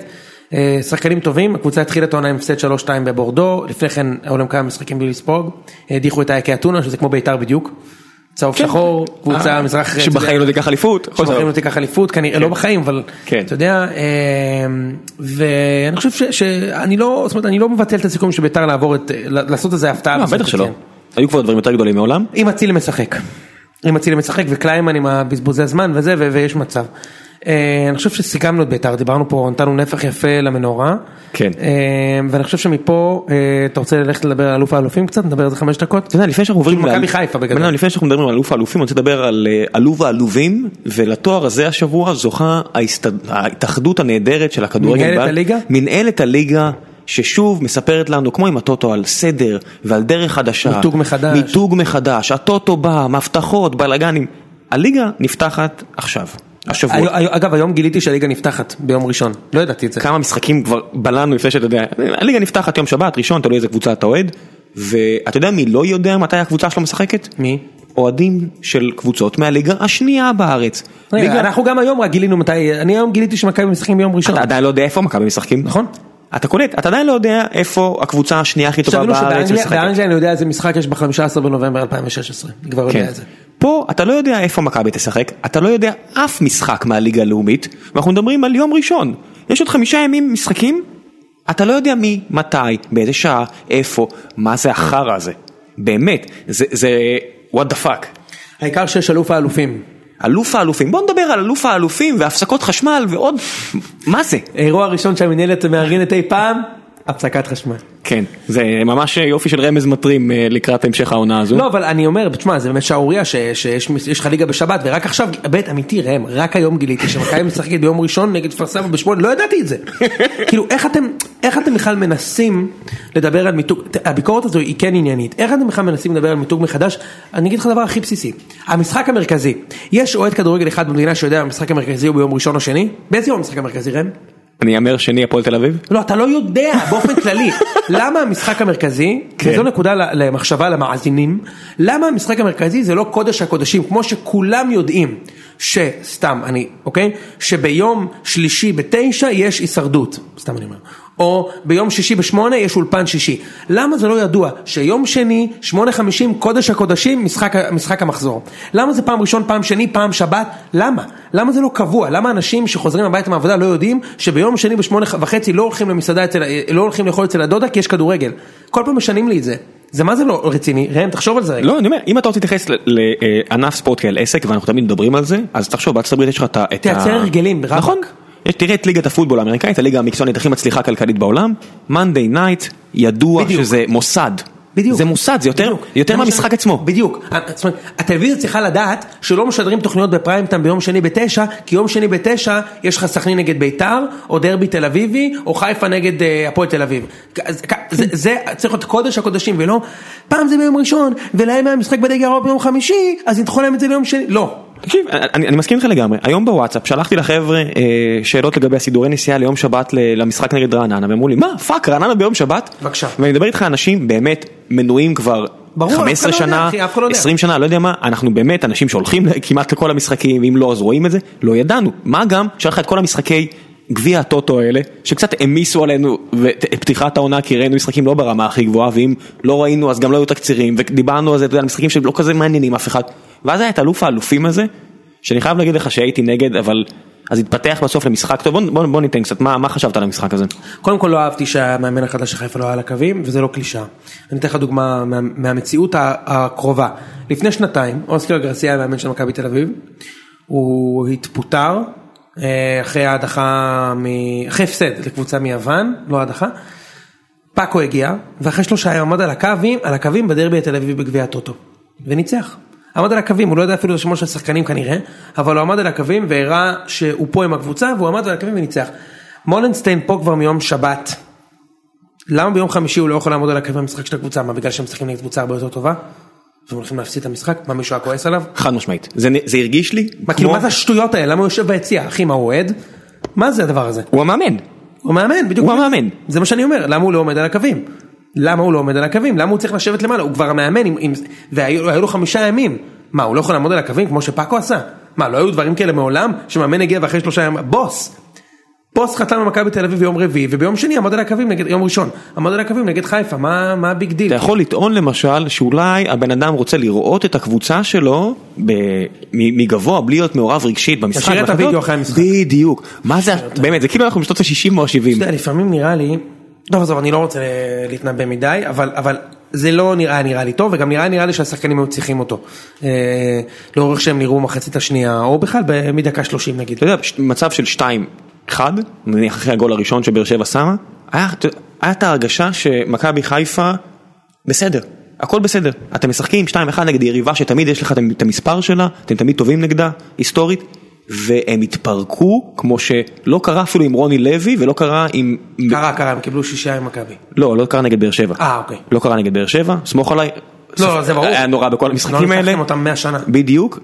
Speaker 1: אה, שחקנים טובים, הקבוצה התחילה את העונה עם הפסד 3-2 בבורדו, לפני כן היו להם כמה משחקים בלי לספוג, הדיחו את אייקי אתונה שזה כמו בית"ר בדיוק, צהוב שחור, קבוצה
Speaker 2: כן. אה,
Speaker 1: מזרח, אתה יודע,
Speaker 2: שבחיים לא תיקח אליפות, הכל
Speaker 1: שבחיים
Speaker 2: טוב.
Speaker 1: לא תיקח אליפות, כנראה, לא בחיים, אבל
Speaker 2: כן.
Speaker 1: אתה יודע, אה, ואני חושב ש- שאני לא, זאת אומרת, אני לא מבטל את הסיכום של בית"ר לעבור את, לעשות איזה הפתעה.
Speaker 2: אה, בטח
Speaker 1: בסוף,
Speaker 2: שלא,
Speaker 1: כן.
Speaker 2: היו כבר דברים יותר גדולים מעולם,
Speaker 1: אם אצילי משחק. אם אצילי משחק וקליימן עם הבזבוזי הזמן וזה ו- ויש מצב. אה, אני חושב שסיכמנו את בית"ר, דיברנו פה, נתנו נפח יפה למנורה.
Speaker 2: כן.
Speaker 1: אה, ואני חושב שמפה, אה, אתה רוצה ללכת לדבר על אלוף האלופים קצת? נדבר על זה חמש דקות?
Speaker 2: אתה יודע, לפני שאנחנו עוברים...
Speaker 1: מכבי
Speaker 2: לאל-
Speaker 1: חיפה בגדול.
Speaker 2: בן אדם, לפני שאנחנו מדברים על אלוף האלופים, אני רוצה לדבר על אה, אלוף האלובים, ולתואר הזה השבוע זוכה ההסתד- ההתאחדות הנהדרת של הכדורגל.
Speaker 1: מנהלת
Speaker 2: בעל-
Speaker 1: הליגה?
Speaker 2: מנהלת הליגה. ששוב מספרת לנו, כמו עם הטוטו, על סדר ועל דרך חדשה.
Speaker 1: מיתוג מחדש.
Speaker 2: מיתוג מחדש, הטוטו בא, מבטחות, בלאגנים. הליגה נפתחת עכשיו, השבוע.
Speaker 1: היו- היו- אגב, היום גיליתי שהליגה נפתחת ביום ראשון, לא ידעתי את זה.
Speaker 2: כמה משחקים כבר בלענו לפני שאתה יודע, הליגה נפתחת יום שבת, ראשון, תלוי איזה קבוצה אתה אוהד, ואתה יודע מי לא יודע מתי הקבוצה שלו משחקת?
Speaker 1: מי?
Speaker 2: אוהדים של קבוצות מהליגה השנייה בארץ.
Speaker 1: רגע,
Speaker 2: ליגה-
Speaker 1: אנחנו גם היום רק גילינו מתי, אני היום גיליתי שמכבי משחקים ביום ראשון.
Speaker 2: אתה עדיין לא יודע איפה מכבי משחקים.
Speaker 1: נכון.
Speaker 2: אתה קולט, אתה עדיין לא יודע איפה הקבוצה השנייה הכי טובה
Speaker 1: שתבינו
Speaker 2: בארץ
Speaker 1: שבאנגליה
Speaker 2: משחקת.
Speaker 1: באנגליה לא אני יודע איזה משחק יש ב-15 בנובמבר 2016, אני כבר
Speaker 2: כן.
Speaker 1: יודע את זה.
Speaker 2: פה אתה לא יודע איפה מכבי תשחק, אתה לא יודע אף משחק מהליגה הלאומית, ואנחנו מדברים על יום ראשון. יש עוד חמישה ימים משחקים, אתה לא יודע מי, מתי, באיזה שעה, איפה, מה זה החרא הזה. באמת, זה, זה, what the fuck.
Speaker 1: העיקר שיש אלוף האלופים.
Speaker 2: אלוף האלופים, בוא נדבר על אלוף האלופים והפסקות חשמל ועוד, מה זה?
Speaker 1: האירוע הראשון שהמנהלת מארגנת אי פעם, הפסקת חשמל.
Speaker 2: כן, זה ממש יופי של רמז מטרים אה, לקראת המשך העונה הזו.
Speaker 1: לא, אבל אני אומר, תשמע, זה באמת שערורייה ש- שיש יש לך ליגה בשבת, ורק עכשיו, באמת, אמיתי, ראם, רק היום גיליתי שמכבי משחקת ביום ראשון נגד כפר סבא בשמונה, לא ידעתי את זה. כאילו, איך אתם, איך אתם בכלל מנסים לדבר על מיתוג, ת- הביקורת הזו היא כן עניינית, איך אתם בכלל מנסים לדבר על מיתוג מחדש? אני אגיד לך דבר הכי בסיסי, המשחק המרכזי, יש אוהד כדורגל אחד במדינה שיודע המשחק המרכזי הוא ביום ראשון או שני? באיזה יום המשחק המרכזי, ראם?
Speaker 2: אני אאמר שני הפועל תל אביב?
Speaker 1: לא, אתה לא יודע באופן כללי. למה המשחק המרכזי,
Speaker 2: כן.
Speaker 1: וזו נקודה ל- למחשבה למאזינים, למה המשחק המרכזי זה לא קודש הקודשים, כמו שכולם יודעים, שסתם, אני, אוקיי? שביום שלישי בתשע יש הישרדות, סתם אני אומר. או ביום שישי בשמונה יש אולפן שישי. למה זה לא ידוע שיום שני, שמונה חמישים, קודש הקודשים, משחק, ה- משחק המחזור? למה זה פעם ראשון, פעם שני, פעם שבת? למה? למה זה לא קבוע? למה אנשים שחוזרים הביתה מהעבודה לא יודעים שביום שני בשמונה ח- וחצי לא הולכים למסעדה, אצל, ה- לא הולכים לאכול אצל הדודה כי יש כדורגל? כל פעם משנים לי את זה. זה מה זה לא רציני? ראם, תחשוב על זה רגע.
Speaker 2: לא, אני אומר, אם אתה רוצה להתייחס ל- לענף ספורט כאל עסק, ואנחנו תמיד מדברים על זה, אז תחשוב, בארצות הברית יש לך את ה... את ה-
Speaker 1: תייצר הרגלים, ברבק.
Speaker 2: נכון. יש- תראה את ליגת הפוטבול האמריקאית, הליגה המקצוענית הכי מצליחה כלכלית בעולם, Monday Night, ידוע
Speaker 1: בדיוק.
Speaker 2: שזה מוסד.
Speaker 1: בדיוק.
Speaker 2: זה מוסד, זה יותר-
Speaker 1: בדיוק.
Speaker 2: יותר
Speaker 1: זה מה
Speaker 2: מהמשחק
Speaker 1: שאני-
Speaker 2: עצמו.
Speaker 1: בדיוק. אה, זאת אומרת, הטלוויזיה צריכה לדעת שלא משדרים תוכניות בפריים טיים ביום שני בתשע, כי יום שני בתשע יש לך סכנין נגד ביתר, או דרבי תל אביבי, או חיפה נגד אה, הפועל תל אביב. אז כ- זה-
Speaker 2: כן.
Speaker 1: זה צריך להיות קודש הקודשים, ולא פעם זה ביום ראשון, ולהם היה משחק בדגל הרוב ביום חמישי, אז נדחו להם את זה ליום שני. לא.
Speaker 2: תקשיב, אה, אני, אני מסכים איתך לגמרי, היום בוואטסאפ שלחתי לחבר'ה אה, שאלות לגבי הסידורי נסיעה ליום שבת ל- למשחק נגד רעננה, והם אמרו לי, מה, פאק, רעננה ביום שבת?
Speaker 1: בבקשה.
Speaker 2: ואני מדבר איתך אנשים באמת מנויים כבר
Speaker 1: ברור, אף אחד
Speaker 2: 15
Speaker 1: לא יודע,
Speaker 2: שנה,
Speaker 1: אחי, אף אחד לא יודע.
Speaker 2: 20 שנה, לא יודע מה, אנחנו באמת אנשים שהולכים ל- כמעט לכל המשחקים, אם לא אז רואים את זה, לא ידענו, מה גם שהיה לך את כל המשחקי גביע הטוטו האלה, שקצת העמיסו עלינו ואת- את פתיחת העונה, כי ראינו משחקים לא ברמה הכי גבוהה, ואם לא ראינו אז גם לא היו תקצירים, ודיברנו על זה, אתה יודע, על משחקים שלא כזה מעניינים אף אחד, ואז היה את אלוף האלופים הזה, שאני חייב להגיד לך שהייתי נגד, אבל אז התפתח בסוף למשחק טוב, בוא, בוא, בוא ניתן קצת, מה, מה חשבת על המשחק הזה?
Speaker 1: קודם כל לא אהבתי שהמאמן החדש של חיפה לא היה על הקווים, וזה לא קלישאה. אני אתן לך דוגמה מה, מהמציאות ה- הקרובה. לפני שנתיים, אוסקר גרסיה היה מאמן של מכבי תל אביב, הוא התפוטר אה, אחרי ההדחה, מ... אחרי הפסד לקבוצה מיוון, לא הדחה. פאקו הגיע, ואחרי שלושה ימים עמד על הקווים, על הקווים בדרבי התל אביב בגביע הטוטו. וניצח. עמד על הקווים, הוא לא יודע אפילו את השמות של השחקנים כנראה, אבל הוא עמד על הקווים והראה שהוא פה עם הקבוצה, והוא עמד על הקווים וניצח. מולנשטיין פה כבר מיום שבת. למה ביום חמישי הוא לא יכול לעמוד על הקווים במשחק של הקבוצה? מה, בגלל שהם משחקים נגד קבוצה הרבה יותר טובה? והם הולכים להפסיד את המשחק? מה, מישהו היה כועס עליו?
Speaker 2: חד משמעית, זה, נ- זה הרגיש לי,
Speaker 1: מה, כאילו, מה זה השטויות האלה? למה הוא יושב ביציע? אחי, מה, הוא אוהד? מה זה הדבר הזה?
Speaker 2: הוא המאמן,
Speaker 1: הוא מאמן, בדיוק.
Speaker 2: הוא לא המאמן.
Speaker 1: זה מה שאני אומר, למה הוא לא עומד על הקווים? למה הוא לא עומד על הקווים? למה הוא צריך לשבת למעלה? הוא כבר המאמן, עם, עם... והיו היו לו חמישה ימים. מה, הוא לא יכול לעמוד על הקווים כמו שפאקו עשה? מה, לא היו דברים כאלה מעולם? שמאמן הגיע ואחרי שלושה ימים... בוס! בוס חתם במכבי תל אביב ביום רביעי, וביום שני עמד על הקווים נגד... יום ראשון. עמד על הקווים נגד חיפה, מה, מה הביג דיל?
Speaker 2: אתה יכול לטעון למשל שאולי הבן אדם רוצה לראות את הקבוצה שלו ב- מ- מגבוה בלי להיות מעורב רגשית במשחק.
Speaker 1: ישאיר את
Speaker 2: בהחלטות.
Speaker 1: הוידאו אחרי המשחק.
Speaker 2: בדיוק, מה זה, באמת, זה כאילו אנחנו בשנות ה-60 או
Speaker 1: אתה
Speaker 2: ה-70.
Speaker 1: יודע, לפעמים נראה לי, טוב עזוב, אני לא רוצה להתנבא מדי, אבל, אבל זה לא נראה נראה לי טוב, וגם נראה נראה לי שהשחקנים היו צריכים אותו. אה, לאורך שהם נראו מחצית השנייה, או בכלל ב- מדקה שלושים נגיד.
Speaker 2: אתה יודע, פשוט מצב של 2-1, נניח אחרי הגול הראשון שבאר שבע שמה, היה אתה יודע, היה את ההרגשה שמכבי חיפה בסדר, הכל בסדר. אתם משחקים 2-1 נגד יריבה שתמיד יש לך את המ- את המספר שלה, אתם תמיד טובים נגדה, היסטורית, והם התפרקו כמו שלא קרה אפילו עם רוני לוי ולא קרה עם...
Speaker 1: קרה, קרה, הם קיבלו שישה עם מכבי.
Speaker 2: לא, לא קרה נגד באר שבע.
Speaker 1: אה, אוקיי.
Speaker 2: לא קרה נגד באר שבע, סמוך עליי.
Speaker 1: לא, זה ברור.
Speaker 2: היה נורא בכל
Speaker 1: לא
Speaker 2: המשחקים
Speaker 1: ניצחתם
Speaker 2: האלה.
Speaker 1: אותם 100 שנה.
Speaker 2: בדיוק,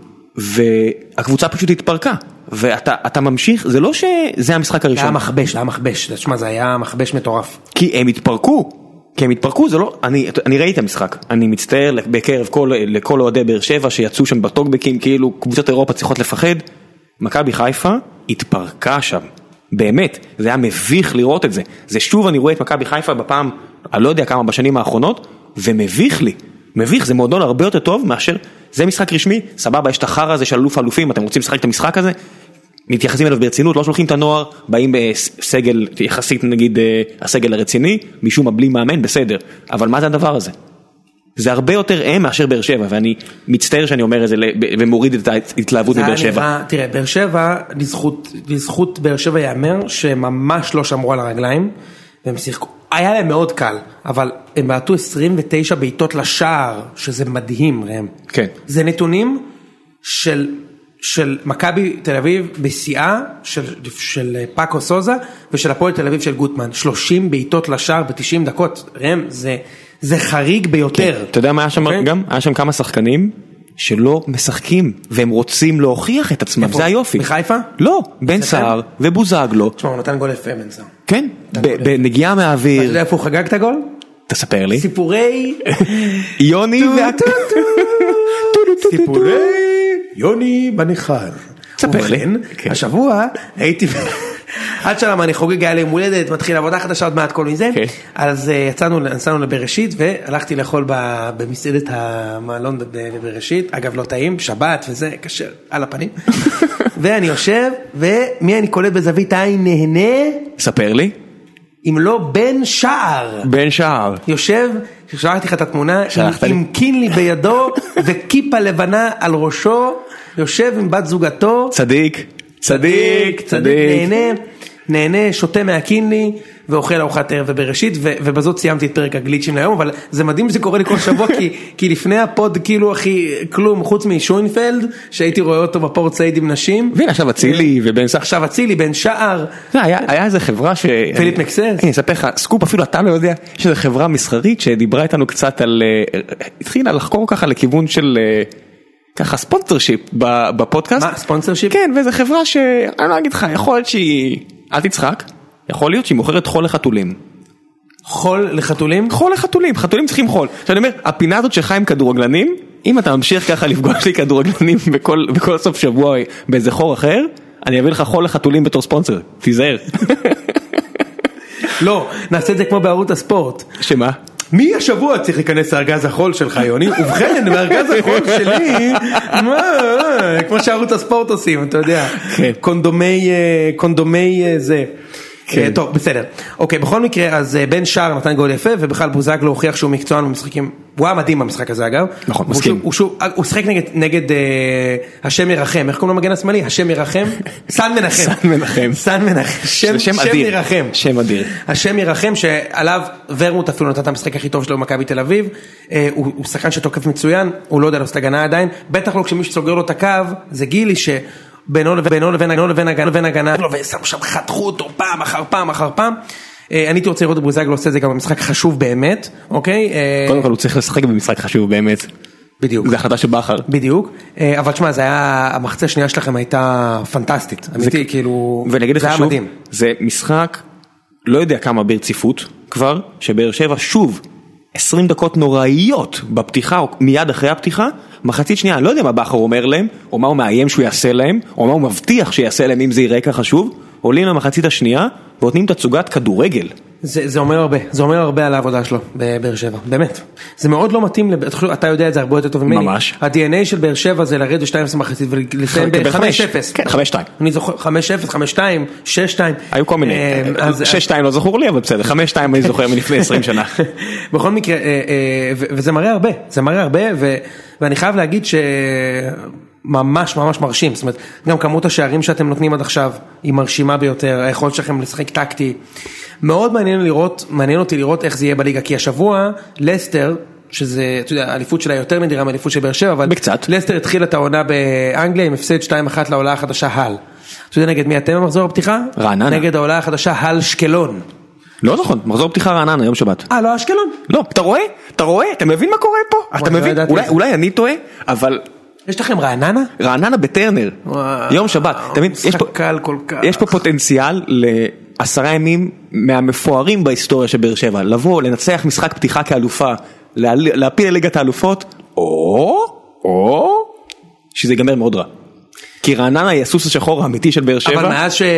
Speaker 2: והקבוצה פשוט התפרקה, ואתה אתה ממשיך, זה לא שזה המשחק
Speaker 1: זה היה
Speaker 2: הראשון,
Speaker 1: מכבש, זה היה מכבש, תשמע זה היה מכבש מטורף.
Speaker 2: כי הם התפרקו, כי הם התפרקו, זה לא, אני, אני ראיתי את המשחק, אני מצטער בקרב כל, לכל אוהדי באר שבע שיצאו שם בטוקבקים, כאילו קבוצות אירופה צריכות לפחד, מכבי חיפה התפרקה שם, באמת, זה היה מביך לראות את זה, זה שוב אני רואה את מכבי חיפה בפעם, אני לא יודע כמה בשנים האחרונות, ומביך לי. מביך, זה מועדון הרבה יותר טוב מאשר, זה משחק רשמי, סבבה, יש את החרא הזה של אלוף האלופים, אתם רוצים לשחק את המשחק הזה, מתייחסים אליו ברצינות, לא שולחים את הנוער, באים בסגל יחסית נגיד אה, הסגל הרציני, משום מה בלי מאמן, בסדר. אבל מה זה הדבר הזה? זה הרבה יותר הם מאשר באר שבע, ואני מצטער שאני אומר את זה ל- ב- ומוריד את ההתלהבות
Speaker 1: זה היה
Speaker 2: מבאר שבע.
Speaker 1: נראה- תראה, באר שבע, לזכות, לזכות באר שבע ייאמר שממש לא שמרו על הרגליים, והם שיחקו, היה להם מאוד קל, אבל הם בעטו 29 בעיטות לשער, שזה מדהים ראם.
Speaker 2: כן.
Speaker 1: זה נתונים של, של מכבי תל אביב בשיאה, של, של פאקו סוזה, ושל הפועל תל אביב של גוטמן, 30 בעיטות לשער ב-90 דקות, ראם, זה, זה חריג ביותר.
Speaker 2: כן, אתה יודע מה היה שם
Speaker 1: אוקיי?
Speaker 2: גם? היה שם כמה שחקנים שלא משחקים, והם רוצים להוכיח את עצמם,
Speaker 1: איפה?
Speaker 2: זה היופי.
Speaker 1: בחיפה?
Speaker 2: לא, בן סער ובוזגלו,
Speaker 1: תשמע, הוא נתן גול יפה בנזר. אתה
Speaker 2: כן, ב- בנגיעה
Speaker 1: יודע
Speaker 2: מהאוויר,
Speaker 1: איפה הוא חגג את הגול?
Speaker 2: תספר לי,
Speaker 1: סיפורי
Speaker 2: יוני והק...
Speaker 1: סיפורי יוני בניכר.
Speaker 2: ספר לי.
Speaker 1: ובכן,
Speaker 2: כן.
Speaker 1: השבוע הייתי... עד שלמה אני חוגג, היה לי יום הולדת, מתחיל עבודה חדשה, עוד מעט כל מזה.
Speaker 2: כן.
Speaker 1: אז אה, יצאנו, נסענו לבראשית והלכתי לאכול ב- במסעדת המלון בב- בבראשית, אגב לא טעים, שבת וזה, כשר, על הפנים. ואני יושב, ומי אני קולט בזווית העין נהנה,
Speaker 2: ספר לי,
Speaker 1: אם לא בן שער.
Speaker 2: בן שער.
Speaker 1: יושב, שלחתי לך את התמונה, עם,
Speaker 2: שלחת לי.
Speaker 1: עם קינלי בידו וכיפה לבנה על ראשו, יושב עם בת זוגתו,
Speaker 2: צדיק, צדיק, צדיק.
Speaker 1: נהנה, נהנה, שותה מהקינלי ואוכל ארוחת ערב ובראשית, ו- ובזאת סיימתי את פרק הגליצ'ים להיום, אבל זה מדהים שזה קורה לי כל שבוע, כי, כי לפני הפוד כאילו הכי כלום, חוץ משוינפלד, שהייתי רואה אותו בפורט סעיד עם נשים,
Speaker 2: והנה עכשיו אצילי ובן סער.
Speaker 1: עכשיו אצילי בן שער,
Speaker 2: אתה יודע, היה היה איזה חברה ש...
Speaker 1: פיליפ מקסס.
Speaker 2: אני אספר לך, סקופ אפילו אתה לא יודע, יש איזו חברה מסחרית שדיברה איתנו קצת על... אה, התחילה לחקור ככה לכיוון של... אה, ככה ספונסר שיפ בפודקאסט.
Speaker 1: מה, ספונסר שיפ?
Speaker 2: כן, ואיזו חברה ש... אני לא אגיד לך, יכול להיות שהיא... אל תצחק, יכול להיות שהיא מוכרת חול לחתולים.
Speaker 1: חול לחתולים.
Speaker 2: חול לחתולים, חתולים צריכים חול. עכשיו אני אומר, הפינה הזאת שלך עם כדורגלנים, אם אתה ממשיך ככה לפגוש לי כדורגלנים בכל, בכל סוף שבוע באיזה חור אחר, אני אביא לך חול לחתולים בתור ספונסר, תיזהר.
Speaker 1: לא, נעשה את זה כמו בערוץ הספורט.
Speaker 2: שמה?
Speaker 1: מי השבוע צריך להיכנס לארגז החול שלך יוני? ובכן בארגז החול שלי, מה, כמו שערוץ הספורט עושים, אתה יודע,
Speaker 2: כן.
Speaker 1: קונדומי, אה, קונדומי אה, זה.
Speaker 2: כן.
Speaker 1: אה, טוב בסדר, אוקיי בכל מקרה אז אה, בן שער נתן גול יפה ובכלל בוזגלו הוכיח שהוא מקצוען במשחקים, הוא היה מדהים במשחק הזה אגב,
Speaker 2: נכון,
Speaker 1: הוא
Speaker 2: מסכים.
Speaker 1: שוב- הוא שוב- אה, הוא שיחק נגד, נגד אה, השם ירחם, איך קוראים למגן השמאלי? השם ירחם? סן מנחם,
Speaker 2: סן מנחם.
Speaker 1: סן מנחם,
Speaker 2: זה
Speaker 1: שם,
Speaker 2: שם
Speaker 1: שם
Speaker 2: אדיר.
Speaker 1: ירחם,
Speaker 2: שם אדיר.
Speaker 1: השם ירחם שעליו ורמוט אפילו נתן את המשחק הכי טוב שלו במכבי תל אביב, אה, הוא הוא שחקן שתוקף מצוין, הוא לא יודע לעשות הגנה עדיין, בטח לא כשמי שסוגר לו את הקו זה גילי שבינו לבין- בינו לבין בינו לבין הגנה לבין הגנה, לא, ושם שם חתכו אותו פעם אחר פעם אחר פעם. אה, אני הייתי רוצה לראות את בוזגלו עושה את זה גם במשחק חשוב באמת, אוקיי? אה,
Speaker 2: קודם כל הוא צריך לשחק במשחק חשוב באמת,
Speaker 1: בדיוק.
Speaker 2: זו החלטה של בכר.
Speaker 1: בדיוק, אה, אבל תשמע זה היה, המחצה השנייה שלכם הייתה פנטסטית, אמיתי, כאילו,
Speaker 2: ואני אגיד
Speaker 1: זה
Speaker 2: לך
Speaker 1: היה
Speaker 2: שוב,
Speaker 1: מדהים.
Speaker 2: זה משחק לא יודע כמה ברציפות כבר, שבאר שבע שוב 20 דקות נוראיות בפתיחה או מיד אחרי הפתיחה, מחצית שנייה, אני לא יודע מה בכר אומר להם, או מה הוא מאיים שהוא יעשה להם, או מה הוא מבטיח שיעשה להם אם זה ייראה ככה שוב, עולים למחצית השנייה ונותנים תצוגת כדורגל.
Speaker 1: זה, זה אומר הרבה, זה אומר הרבה על העבודה שלו בבאר שבע, באמת. זה מאוד לא מתאים, לב- אתה- אתה יודע את זה הרבה יותר טוב ממני.
Speaker 2: ממש.
Speaker 1: ה-DNA של באר שבע זה לרדת 2-0 מחצית ולסיים
Speaker 2: לקבל חמש.
Speaker 1: ב-5-0.
Speaker 2: כן, 5-2.
Speaker 1: אני זוכר, 5-0, 5-2, 6-2.
Speaker 2: היו כל מיני,
Speaker 1: אה, אז-
Speaker 2: 6-2 לא זכור לי אבל בסדר, 5-2 אני זוכר מלפני 20 שנה.
Speaker 1: בכל מקרה, אה, אה, ו- וזה מראה הרבה, זה מראה הרבה, ו- ואני חייב להגיד שממש ממש מרשים, זאת אומרת, גם כמות השערים שאתם נותנים עד עכשיו היא מרשימה ביותר, היכולת שלכם לשחק טקטי. מאוד מעניין לראות, מעניין אותי לראות איך זה יהיה בליגה, כי השבוע לסטר, שזה, אתה יודע, האליפות שלה יותר נדירה מאליפות של באר שבע, אבל
Speaker 2: בקצת.
Speaker 1: לסטר התחילה את העונה באנגליה עם הפסד 2-1 לעולה החדשה הל. אתה יודע נגד מי אתם במחזור הפתיחה?
Speaker 2: רעננה.
Speaker 1: נגד העולה החדשה הל שקלון.
Speaker 2: לא נכון, מחזור פתיחה רעננה יום שבת.
Speaker 1: אה, לא אשקלון.
Speaker 2: לא, אתה רואה? אתה רואה? אתה מבין מה קורה פה? אתה
Speaker 1: לא
Speaker 2: מבין?
Speaker 1: ידעתי.
Speaker 2: אולי- אולי אני טועה, אבל
Speaker 1: יש לכם רעננה?
Speaker 2: רעננה בטרנר,
Speaker 1: וואו,
Speaker 2: יום שבת, אתה מבין? יש
Speaker 1: משחק
Speaker 2: פה-
Speaker 1: קל כל כך.
Speaker 2: יש פה פוטנציאל לעשרה ימים מהמפוארים בהיסטוריה של באר שבע, לבוא, לנצח משחק פתיחה כאלופה, להעל- להפיל לליגת האלופות, או, או, שזה ייגמר מאוד רע. כי רעננה היא הסוס השחור האמיתי של באר
Speaker 1: אבל
Speaker 2: שבע,
Speaker 1: מאז, ש... אה,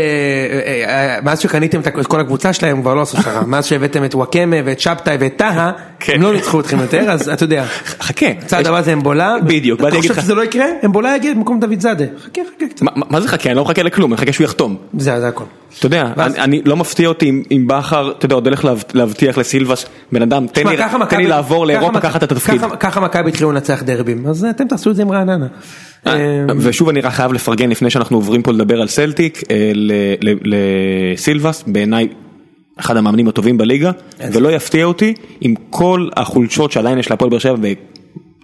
Speaker 1: אה, מאז שקניתם את ה- את כל הקבוצה שלהם הם כבר לא עשו שרה, מאז שהבאתם את וואקמה ואת שבתאי ואת טהה,
Speaker 2: כן.
Speaker 1: הם לא ניצחו אתכם יותר, אז אתה יודע,
Speaker 2: חכה,
Speaker 1: הצעד הבא זה אמבולה,
Speaker 2: בדיוק,
Speaker 1: אתה
Speaker 2: באתי להגיד
Speaker 1: חושב
Speaker 2: לך-
Speaker 1: שזה לא יקרה? אמבולה יגיע במקום דוד זאדה, חכה חכה קצת,
Speaker 2: מה- מה מה זה חכה? אני לא מחכה לכלום, אני מחכה שהוא יחתום.
Speaker 1: זה זה הכל.
Speaker 2: אתה יודע,
Speaker 1: ואז-
Speaker 2: אני, אני לא מפתיע אותי אם, אם בכר, אתה יודע, עוד הולך להב- להבטיח לסילבס, בן אדם, תן לי,
Speaker 1: תשמע, ככה
Speaker 2: תן לי
Speaker 1: מכבי-
Speaker 2: לעבור
Speaker 1: ככה
Speaker 2: לאירופה,
Speaker 1: מכ-
Speaker 2: ככה את התפקיד.
Speaker 1: ככה- ככה מכבי התחילו לנצח דרבים, אז אתם תעשו את זה עם רעננה.
Speaker 2: אה,
Speaker 1: אה,
Speaker 2: ושוב אני רק חייב לפרגן לפני שאנחנו עוברים פה לדבר על סלטיק, אה, ל- ל- לסילבס, בעיניי אחד המאמנים הטובים בליגה,
Speaker 1: כן.
Speaker 2: ולא יפתיע אותי אם כל החולשות שעדיין יש להפועל באר שבע,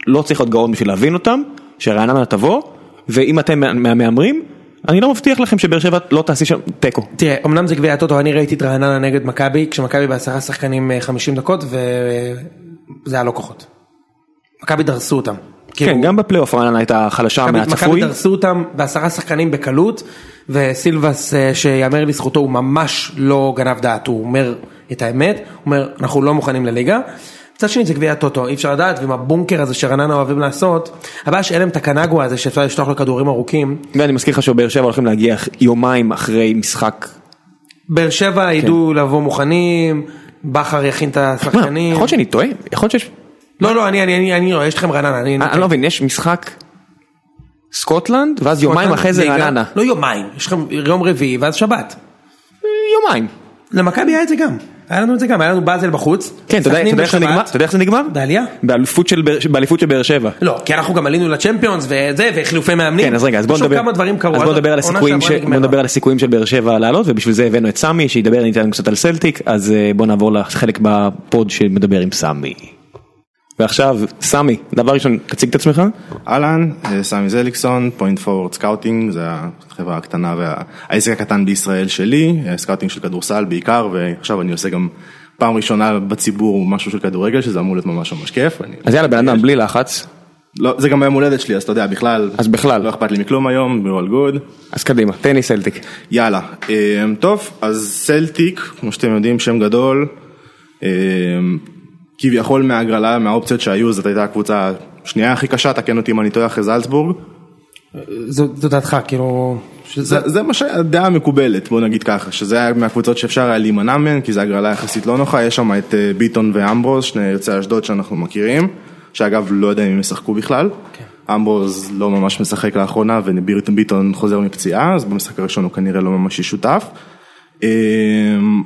Speaker 2: ולא צריך להיות גאון בשביל להבין אותם, שרעננה תבוא, ואם אתם מה- מהמהמרים, אני לא מבטיח לכם שבאר שבע לא תעשי שם תיקו.
Speaker 1: תראה, אמנם זה גביע הטוטו, אני ראיתי את רעננה נגד מכבי, כשמכבי בעשרה שחקנים אה, 50 דקות, וזה היה לא כוחות. מכבי דרסו אותם. כאילו,
Speaker 2: כן, גם בפלייאוף רעננה הייתה חלשה
Speaker 1: מכבי- מכבי
Speaker 2: מהצפוי.
Speaker 1: דרסו אותם בעשרה שחקנים בקלות, וסילבס, אה, שיאמר לזכותו, הוא ממש לא גנב דעת, הוא אומר את האמת, הוא אומר, אנחנו לא מוכנים לליגה. מצד שני זה גביע הטוטו, אי אפשר לדעת, ועם הבונקר הזה שרעננה אוהבים לעשות, הבעיה שאין להם את הקנגווה הזה שאפשר לשלוח לו כדורים ארוכים,
Speaker 2: ואני מזכיר לך שבאר שבע הולכים להגיע יומיים אחרי משחק.
Speaker 1: באר
Speaker 2: כן.
Speaker 1: שבע ידעו לבוא מוכנים, בכר יכין את
Speaker 2: מה,
Speaker 1: השחקנים.
Speaker 2: יכול להיות שאני טועה? יכול להיות שיש...
Speaker 1: לא לא אני אני אני אני לא יש לכם רעננה אני
Speaker 2: אני לא מבין, יש משחק סקוטלנד, ואז יומיים אחרי זה
Speaker 1: ליגה.
Speaker 2: רעננה.
Speaker 1: לא יומיים יש לכם יום רביעי ואז שבת.
Speaker 2: יומיים.
Speaker 1: למכבי היה את זה גם היה לנו את זה גם היה לנו באזל בחוץ.
Speaker 2: כן, אתה יודע- אתה
Speaker 1: סכנין
Speaker 2: יודע איך זה
Speaker 1: בשבת.
Speaker 2: נגמר? אתה יודע איך זה נגמר?
Speaker 1: בעלייה?
Speaker 2: באליפות של באר- באליפות של באר שבע.
Speaker 1: לא כי אנחנו גם עלינו לצ'מפיונס וזה וחילופי מאמנים.
Speaker 2: כן, אז רגע, אז בוא
Speaker 1: יש עוד
Speaker 2: נדבר.
Speaker 1: כמה דברים קרו.
Speaker 2: אז בוא
Speaker 1: עונה
Speaker 2: נדבר על הסיכויים ש-
Speaker 1: שעברה
Speaker 2: בוא
Speaker 1: נגמרה.
Speaker 2: נדבר על הסיכויים של באר שבע לעלות, ובשביל זה הבאנו את סמי, שידבר איתנו קצת על סלטיק, אז אה, בוא נעבור לחלק בפוד שמדבר עם סמי. ועכשיו, סמי, דבר ראשון, תציג את עצמך.
Speaker 3: אהלן, אה, סמי זליקסון, פוינט פורוורד סקאוטינג, זו החברה הקטנה והעסק הקטן בישראל שלי, אה, סקאוטינג של כדורסל בעיקר, ועכשיו אני עושה גם פעם ראשונה בציבור משהו של כדורגל, שזה אמור להיות ממש ממש כיף. אני...
Speaker 2: אז יאללה, בן אדם, בלי לחץ,
Speaker 3: לא, זה גם היום הולדת שלי, אז אתה יודע, בכלל,
Speaker 2: אז בכלל.
Speaker 3: לא אכפת לי מכלום היום, we're all good.
Speaker 2: אז קדימה, תן לי סלטיק.
Speaker 3: יאללה, אה, טוב, אז סלטיק, כמו שאתם יודעים, שם גדול, אה, כביכול מהגרלה, מהאופציות שהיו, זאת הייתה הקבוצה השנייה הכי קשה, תקן אותי אם אני טועה, אחרי זלצבורג.
Speaker 1: זו זו דעתך כאילו. שזה-
Speaker 3: זה, זה מה שהדעה המקובלת בוא נגיד ככה שזה היה מהקבוצות שאפשר היה להימנע מהן כי זו הגרלה יחסית לא נוחה יש שם את אה, ביטון ואמברוז שני יוצאי אשדוד שאנחנו מכירים שאגב לא יודע אם הם ישחקו בכלל אמברוז לא ממש משחק לאחרונה וביטון חוזר מפציעה אז במשחק הראשון הוא כנראה לא ממש ישותף. אה,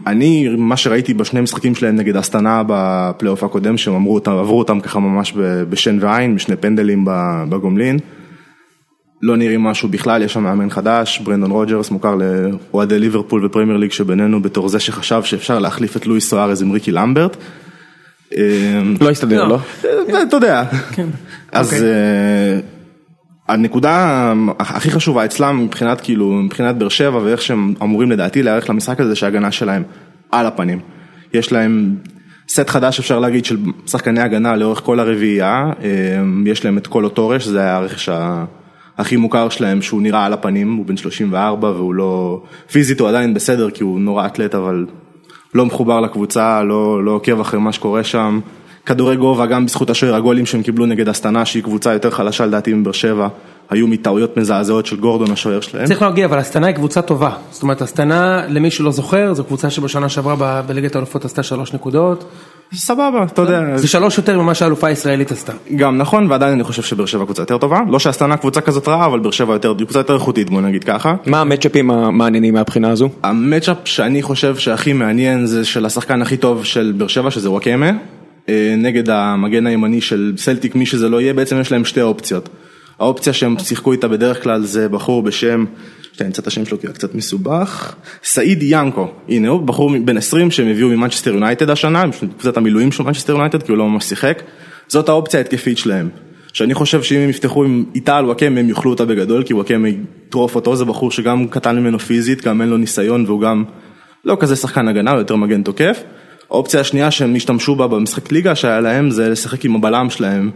Speaker 3: אני מה שראיתי בשני משחקים שלהם נגד אסטנה בפלייאוף הקודם שהם אמרו אותם עברו אותם ככה ממש ב- בשן ועין בשני פנדלים בגומלין. לא נראים משהו בכלל, יש שם מאמן חדש, ברנדון רוג'רס, מוכר לאוהדי ליברפול ופרמייר ליג שבינינו בתור זה שחשב שאפשר להחליף את לואיס סוארז עם ריקי למברט. אה,
Speaker 2: לא הסתדר,
Speaker 1: לא.
Speaker 2: לא?
Speaker 3: אה, אתה יודע. אז אה, הנקודה הכי חשובה אצלם מבחינת כאילו, מבחינת באר שבע ואיך שהם אמורים לדעתי להיערך למשחק הזה, שההגנה שלהם על הפנים. יש להם סט חדש אפשר להגיד של שחקני הגנה לאורך כל הרביעייה, אה, יש להם את קולו טורש, זה היה הרכש ה... הכי מוכר שלהם שהוא נראה על הפנים, הוא בן 34 והוא לא, פיזית הוא עדיין בסדר כי הוא נורא אתלט אבל לא מחובר לקבוצה, לא, לא עוקב אחרי מה שקורה שם, כדורי גובה, גם בזכות השוער הגולים שהם קיבלו נגד אסטנה, שהיא קבוצה יותר חלשה לדעתי מבאר שבע, היו מטעויות מזעזעות של גורדון השוער שלהם.
Speaker 1: צריך להגיע, אבל הסטנה היא קבוצה טובה. זאת אומרת, הסטנה, למי שלא זוכר, זו קבוצה שבשנה שעברה ב- בליגת האלופות עשתה שלוש נקודות.
Speaker 3: סבבה, אתה יודע.
Speaker 1: זה שלוש יותר ממה שהאלופה הישראלית עשתה.
Speaker 3: גם נכון, ועדיין אני חושב שבאר שבע קבוצה יותר טובה. לא שאסטנה קבוצה כזאת רעה, אבל באר שבע יותר, היא קבוצה יותר איכותית, בוא נגיד ככה.
Speaker 2: מה המצ'אפים המעניינים מהבחינה הזו?
Speaker 3: המצ'אפ שאני חושב שהכי מעניין זה של השחקן הכי טוב של באר שבע, שזה וואקמה, אה, נגד המגן הימני של סלטיק, מי שזה לא יהיה, בעצם יש להם שתי אופציות. האופציה שהם שיחקו איתה בדרך כלל זה בחור בשם, שאני אמצא את השם שלו כי הוא קצת מסובך, סעיד ינקו, הנה הוא בחור בן 20 שהם הביאו ממנצ'סטר יונייטד השנה, קבוצת המילואים של מנצ'סטר יונייטד, כי הוא לא ממש שיחק, זאת האופציה ההתקפית שלהם. שאני חושב שאם הם יפתחו עם איתה על וואקמה הם יאכלו אותה בגדול, כי וואקמה יטרוף אותו, זה בחור שגם קטן ממנו פיזית, גם אין לו ניסיון והוא גם לא כזה שחקן הגנה, הוא יותר מגן תוקף. האופציה השנייה שהם השתמשו בה במשחק ליגה שהיה להם זה לשחק עם הבלם שלהם,